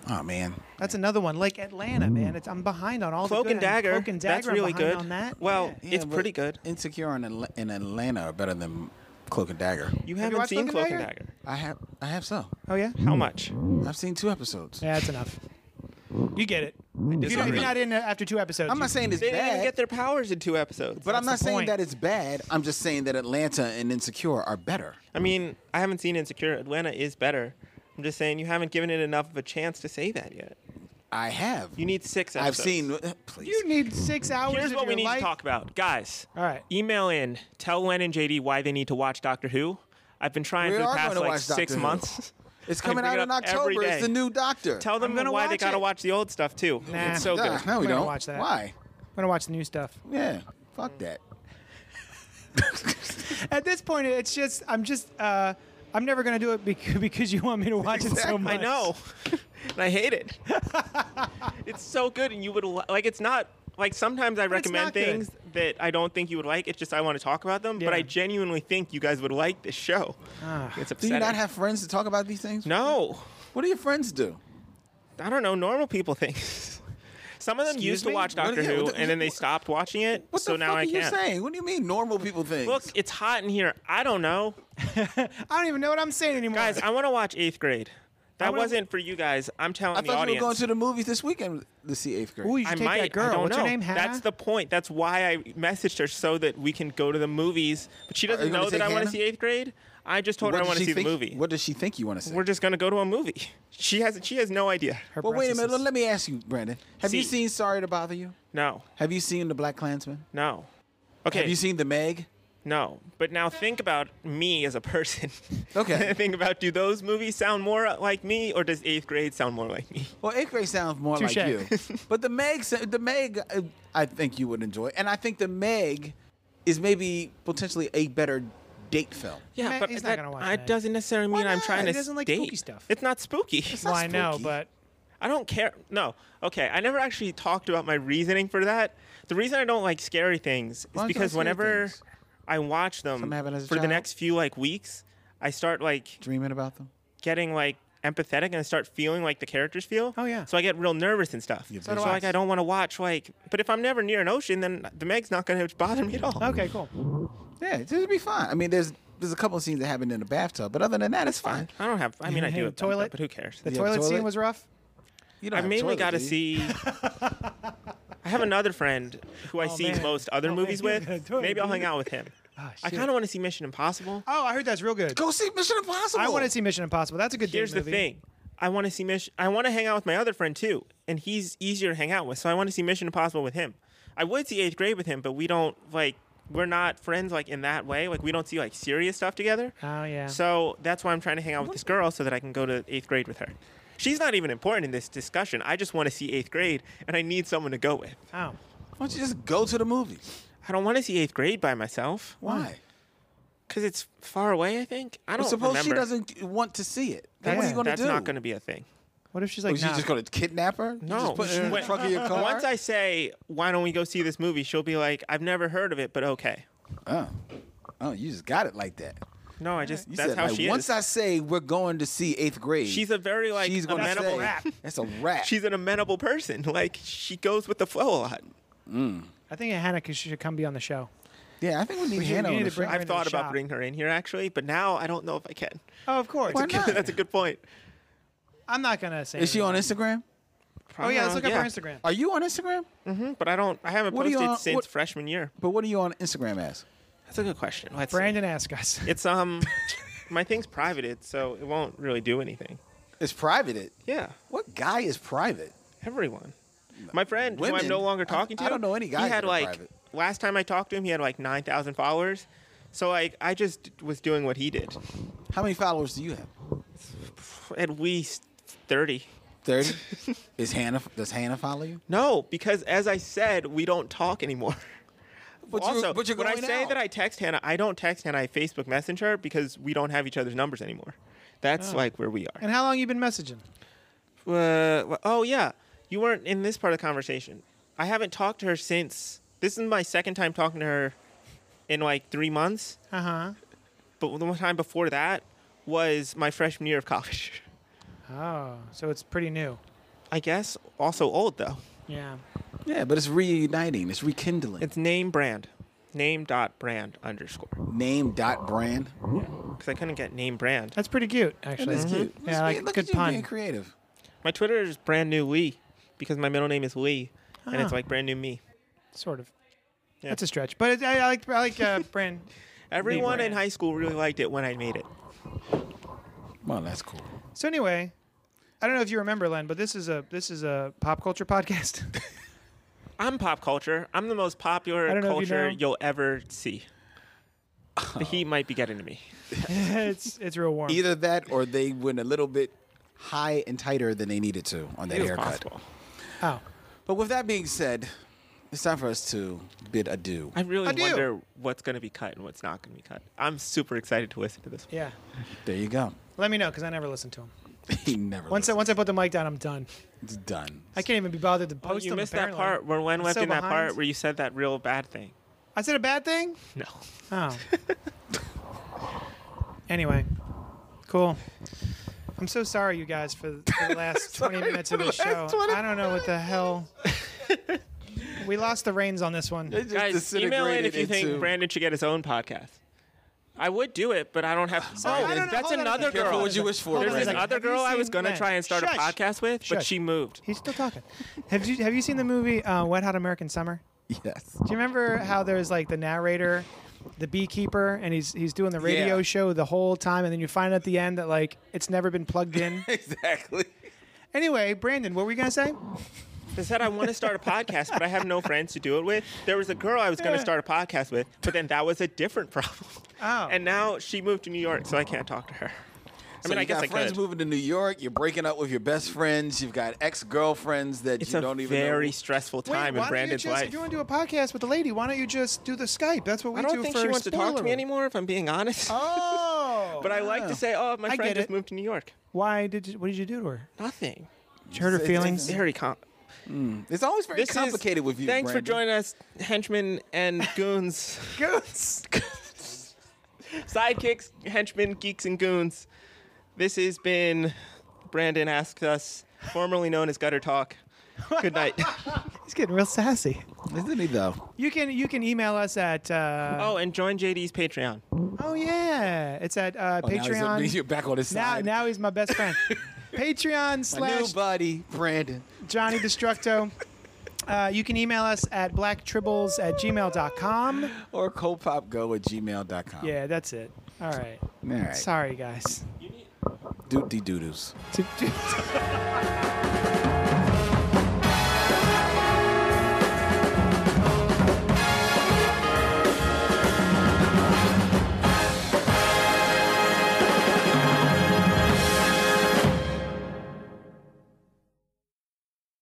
S1: oh man.
S2: That's another one, like Atlanta,
S1: Mm.
S2: man. It's I'm behind on all
S3: Cloak
S2: the good
S3: and Dagger.
S2: Cloak and Dagger.
S3: That's
S2: I'm
S3: really
S2: behind
S3: good.
S2: on that.
S3: Well,
S2: Yeah.
S3: it's
S1: but
S3: pretty good.
S1: Insecure and, Atl- and Atlanta are better than Cloak and Dagger.
S3: You
S2: Have you
S3: haven't
S2: watched
S3: seen
S2: Cloak
S3: Cloak
S2: and
S3: and
S2: Dagger?
S3: Dagger.
S1: I have, I have so.
S2: oh yeah.
S3: How much?
S1: I've seen two episodes.
S2: Yeah, that's enough. You get it. If, you don't, if
S3: disagree.
S2: you're not in it after two episodes,
S1: I'm
S2: you-
S1: not saying it's
S3: They didn't
S1: bad,
S3: even get their powers in two episodes.
S1: but I'm not
S2: That's the
S1: saying
S2: point.
S1: that it's bad. I'm just saying that Atlanta and Insecure are better.
S3: I mean, I haven't seen Insecure. Atlanta is better. I'm just saying you haven't given it enough of a chance to say that yet.
S1: I have.
S3: You need six
S1: I've
S3: episodes.
S1: seen. uh, Please.
S2: you need six hours.
S3: Here's
S2: of
S3: what we
S2: your
S3: need
S2: life.
S3: to talk about, guys.
S2: All right.
S3: Email in. Tell Len and JD why they need to watch Doctor Who. I've been trying
S1: We
S3: for the
S1: are
S3: past
S1: gonna
S3: like
S1: watch
S3: six
S1: Doctor Who.
S3: months. <laughs>
S1: it's
S3: I bring
S1: coming out
S3: it
S1: in
S3: up every
S1: October. It's
S3: day.
S1: the new Doctor.
S3: Tell them
S2: gonna
S3: why they
S2: watch
S3: gotta
S2: it.
S3: watch the old stuff too.
S2: Nah.
S3: It's so
S1: Nah, <laughs>
S3: good.
S1: no, we
S2: We're gonna
S1: don't.
S2: watch that.
S1: Why?
S2: I'm gonna watch the new stuff.
S1: Yeah. Fuck that.
S2: At this point, it's just I'm just uh, I'm never gonna do it bec- <laughs> because you want me to watch it so
S1: Exactly.
S2: much.
S3: I know, <laughs> and I hate it. <laughs> it's so good, and you would li- like. It's not like sometimes I
S2: it's
S3: recommend
S2: not good.
S3: things that I don't think you would like. It's just I want to talk about them, but
S2: Yeah.
S3: I genuinely think you guys would like this show. it's
S1: Ah. Do
S3: upsetting.
S1: you not have friends to talk about these things?
S3: no,
S1: What do your friends do?
S3: I don't know. Normal people think. <laughs> Some of them
S1: Excuse
S3: used
S1: me?
S3: to watch
S1: What-
S3: Doctor
S1: yeah,
S3: Who,
S1: what the-
S3: and then they
S1: what-
S3: stopped watching it.
S1: What
S3: so
S1: the
S3: now
S1: fuck
S3: I
S1: are you
S3: can't.
S1: saying? What do you mean normal people think?
S3: Look, it's hot in here. I don't know,
S2: I don't even know what I'm saying anymore.
S3: guys. I want to watch Eighth Grade. That
S2: wanna-
S3: wasn't for you guys. I'm telling
S1: I
S3: the
S1: thought
S3: audience.
S1: you were going to the movies this weekend to see eighth grade.
S2: Ooh, you should
S3: I
S2: take
S3: might.
S2: that girl.
S3: I don't
S2: What's
S3: know.
S2: her name? Hannah.
S3: That's the point. That's why I messaged her so that we can go to the movies. But she
S1: Are
S3: doesn't
S1: you gonna
S3: know that
S1: take
S3: I want
S1: Hannah?
S3: to see eighth grade. I just told
S1: What
S3: her I
S1: does
S3: want to
S1: she
S3: see
S1: think-
S3: the movie.
S1: What does she think you want to see?
S3: We're just gonna go to a movie. <laughs> She has. She has no idea.
S2: Her
S1: well, wait a minute.
S2: breasts is-
S1: Let me ask you, Brandon. Have you
S3: See.
S1: seen Sorry to Bother You?
S3: No.
S1: Have you seen The Black Klansman?
S3: No. Okay.
S1: Have you seen The Meg?
S3: no. But now think about me as a person. <laughs>
S1: Okay.
S3: think about do those movies sound more like me, or does eighth grade sound more like me?
S1: Well, eighth grade sounds more
S2: Touche.
S1: like you,
S3: <laughs>
S1: but The Meg, The Meg, uh, I think you would enjoy, and I think The Meg is maybe potentially a better date film.
S3: Yeah,
S2: Man,
S3: but
S2: he's not
S3: that
S2: gonna watch
S3: I-
S2: that.
S3: doesn't necessarily mean I'm
S2: not?
S3: trying
S2: He
S3: to
S2: doesn't like
S3: date.
S2: spooky stuff.
S3: It's not spooky.
S2: well, I know,
S1: spooky.
S2: but
S3: I don't care. No. Okay. I never actually talked about my reasoning for that. The reason I don't like scary things is
S1: don't you like
S3: because
S1: scary
S3: whenever
S1: things?
S3: I watch them
S1: Something happened as a
S3: for the
S1: child?
S3: next few like weeks, I start like
S1: Dreaming about them.
S3: getting like empathetic and I start feeling like the characters feel.
S2: Oh, yeah.
S3: So I get real nervous and stuff.
S1: Yeah,
S3: so
S1: but-
S3: like I don't want to watch like. But if I'm never near an ocean, then the Meg's not going to bother me at all.
S2: okay, cool.
S1: Yeah, this would be fine. I mean, there's there's a couple of scenes that happened in the bathtub, but other than that, it's fine.
S3: I don't have. I mean, I
S2: hey,
S3: do
S2: the
S3: have toilet,
S2: toilet.
S3: but who cares?
S2: The
S1: Yeah,
S2: toilet,
S1: toilet.
S2: scene was rough.
S1: You don't
S3: I
S1: have a
S3: mainly
S1: toilet,
S3: got to
S1: do you?
S2: <laughs>
S3: see. I have another friend who I see
S2: man.
S3: most other
S2: Oh, man,
S3: movies
S2: you got a
S3: with.
S2: toilet,
S3: Maybe I'll
S2: dude.
S3: hang out
S2: <laughs>
S3: with him. I
S2: shit.
S3: kind of want to see Mission Impossible.
S2: Oh, I heard that's real good.
S1: Go see Mission Impossible.
S2: I want to see Mission Impossible. That's a good. date
S3: Here's the
S2: movie.
S3: thing. I want to see Mission. I want to hang out with my other friend too, and he's easier to hang out with. So I want to see Mission Impossible with him. I would see Eighth Grade with him, but we don't like. We're not friends like in that way. Like we don't see like serious stuff together.
S2: Oh yeah.
S3: So that's why I'm trying to hang out with this girl so that I can go to eighth grade with her. She's not even important in this discussion. I just want to see eighth grade, and I need someone to go with.
S2: oh.
S1: Why don't you just go to the movies?
S3: I don't want to see eighth grade by myself
S1: Why?
S3: because it's far away. I think I don't
S1: Well, suppose
S3: remember.
S1: she doesn't want to see it. Then what are
S2: That's-
S1: you going to
S3: That's
S1: do?
S3: not going to be a thing.
S2: What if she's
S1: Oh,
S2: like,
S1: you
S2: nah.
S1: just going to kidnap her? You
S3: No.
S1: just put her in the
S3: When-
S1: trunk of your car.
S3: <laughs> Once I say, "Why don't we go see this movie?" She'll be like, "I've never heard of it, but okay."
S1: oh. oh, you just got it like that.
S3: No, I just
S1: You
S3: that's
S1: said,
S3: how
S1: like,
S3: she
S1: once
S3: is.
S1: I say we're going to see eighth grade,
S3: she's a very like
S1: she's gonna
S3: amenable.
S1: say,
S2: rap.
S1: That's a rap.
S3: She's an amenable person. <laughs> Like she goes with the flow a lot.
S2: I think Hannah could- should come be on the show.
S1: yeah, I think we need
S2: should-
S1: Hannah
S2: we
S1: on
S2: need
S1: the
S2: to bring
S1: show.
S2: her
S3: I've
S2: into the
S3: thought about
S2: shop.
S3: bringing her in here actually, but now I don't know if I can. <laughs>
S2: Oh, of course.
S1: Why not?
S3: That's a good point.
S2: I'm not gonna say.
S1: Is she on
S2: anything.
S1: Instagram?
S2: Oh yeah, let's
S3: Uh,
S2: look up her Instagram.
S1: Are you on Instagram?
S3: Mhm, But I don't. I haven't
S1: What are you
S3: posted
S1: on-
S3: since
S1: what-
S3: freshman year.
S1: But what are you on Instagram as?
S3: That's a good question. Let's see.
S2: Brandon ask us.
S3: It's um, my thing's privated, so it won't really do anything.
S1: It's private. It.
S3: Yeah,
S1: What guy is private?
S3: everyone. My friend, who I'm
S1: Women?
S3: no longer
S1: I-
S3: talking to.
S1: I don't know any guys
S3: He had
S1: that are
S3: like
S1: private.
S3: last time I talked to him, he had like nine thousand followers. So like, I just was doing what he did.
S1: How many followers do you have?
S3: At least thirty.
S1: Thirty.
S3: <laughs>
S1: is Hannah? Does Hannah follow you?
S3: No, because as I said, we don't talk anymore.
S1: <laughs> But
S3: also,
S1: you're, but you're
S3: when I
S1: going
S3: say
S1: out.
S3: that I text Hannah, I don't text Hannah. I Facebook Messenger because we don't have each other's numbers anymore. That's
S1: Oh.
S3: like where we are.
S2: And how long you been messaging?
S3: Uh, wh- oh yeah, you weren't in this part of the conversation. I haven't talked to her since. This is my second time talking to her in like three months.
S2: Uh huh.
S3: But the one time before that was my freshman year of college. <laughs>
S2: Oh, so it's pretty new.
S3: I guess also old though.
S2: Yeah.
S1: yeah, but it's reuniting. It's rekindling.
S3: It's name brand, name dot brand underscore.
S1: name dot brand.
S3: Because I couldn't get name brand.
S2: That's pretty cute, actually.
S1: That's cute.
S2: Mm-hmm. Yeah, like,
S1: look
S2: good
S1: at you
S2: pun.
S1: being creative.
S3: My Twitter is brand new Lee because my middle name is Lee, and it's
S2: Ah.
S3: like brand new me.
S2: Sort of.
S3: Yeah.
S2: That's a stretch, but it, I, I like I like uh, <laughs> Brand.
S3: Everyone in
S2: brand.
S3: high school really liked it when I made it.
S1: Well, that's cool.
S2: So anyway, I don't know if you remember Len, but this is a this is a pop culture podcast. <laughs>
S3: I'm pop culture. I'm the most popular
S2: I don't know if you
S3: culture
S2: know.
S3: you'll ever see. The heat might be getting to me.
S2: it's it's real warm.
S1: Either that, or they went a little bit high and tighter than they needed to on that
S3: It was
S1: haircut.
S3: possible.
S2: Oh,
S1: But with that being said, it's time for us to bid adieu.
S3: I really
S2: I do.
S3: wonder what's going to be cut and what's not going to be cut. I'm super excited to listen to this.
S2: yeah.
S1: There you go.
S2: Let me know because I never listen to them.
S1: <laughs> he never.
S2: Once I,
S1: listens.
S2: once I put the mic down, I'm done.
S1: it's done.
S2: I can't even be bothered to
S3: Oh,
S2: post
S3: you
S2: them.
S3: missed
S2: apparently.
S3: that part where Len
S2: I'm
S3: left
S2: so
S3: in that part
S2: behind.
S3: where you said that real bad thing.
S2: I said a bad thing.
S3: No.
S2: Oh. anyway, cool. I'm so sorry, you guys, for for the
S3: <laughs>
S2: last 20 minutes of this show. I don't know what the hell. we lost the reins on this one.
S1: It just
S3: Guys, email in
S1: disintegrated
S3: if you think
S1: into-
S3: Brandon should get his own podcast. I would do it, but I don't have.
S2: I
S3: oh,
S2: don't know.
S3: that's
S2: Hold on a
S3: another
S2: second.
S3: girl.
S1: Careful what you wish for,
S2: Hold on a
S3: There's this
S2: second.
S3: other
S2: Have you
S3: girl I was
S2: seen
S3: going to
S2: Len?
S3: try and start
S2: Shush.
S3: a podcast with, but
S2: Shush.
S3: she moved.
S2: He's still talking. Have you have you seen the movie uh, Wet Hot American Summer?
S1: Yes. <laughs>
S2: Do you remember how there's like the narrator, the beekeeper, and he's he's doing the radio
S1: Yeah.
S2: show the whole time, and then you find at the end that like it's never been plugged in.
S1: Exactly.
S2: anyway, Brandon, what were you gonna say?
S3: I said I want to start a podcast, but I have no friends to do it with. There was a girl I was going to
S2: Yeah.
S3: start a podcast with, but then that was a different <laughs> problem.
S2: Oh.
S3: And now she moved to New York, so I can't talk to her. I mean, I
S1: you
S3: guess
S1: got
S3: I
S1: friends
S3: could.
S1: moving to New York. You're breaking up with your best friends. You've got ex-girlfriends that
S3: It's
S1: you
S3: a
S1: don't even
S3: very
S1: know.
S3: stressful
S2: Wait,
S3: time
S2: why
S3: in Brandon's
S2: don't you just,
S3: life.
S2: If you want to do a podcast with a lady, why don't you just do the Skype? That's what we
S3: I don't
S2: do
S3: think
S2: for
S3: she wants to talk to
S2: spoiler.
S3: me anymore, if I'm being honest.
S2: <laughs> Oh,
S3: but I like to say, oh, my
S2: I
S3: friend
S2: get
S3: just
S2: it.
S3: moved to New York.
S2: why did you, what did you do to her?
S3: Nothing.
S2: Did you hurt her
S1: <laughs>
S2: feelings?
S3: Very com-
S1: It's always very
S3: this is-
S1: complicated with you.
S3: Thanks
S1: Brandon.
S3: for joining us, henchmen and goons.
S2: Goose.
S3: sidekicks, henchmen, geeks, and goons. This has been Brandon Asks Us, formerly known as Gutter Talk. Good night.
S2: He's getting real sassy.
S1: Isn't he though?
S2: You can you can email us at uh,
S3: oh, and join JD's Patreon.
S2: oh. yeah, it's at uh,
S1: Oh, now he's up- <laughs>
S2: Patreon.
S1: you're back on his
S2: Now,
S1: side.
S2: now he's my best
S1: <laughs>
S2: friend. Patreon
S1: my new
S2: slash
S1: buddy Brandon.
S2: Johnny
S1: <laughs>
S2: Destructo. Uh, you can email us at blacktribbles at gmail.com.
S1: or copopgo at gmail.com.
S2: Yeah, that's it. All right.
S1: All right.
S2: Sorry, guys.
S1: Doot de doo doos.
S2: To- to-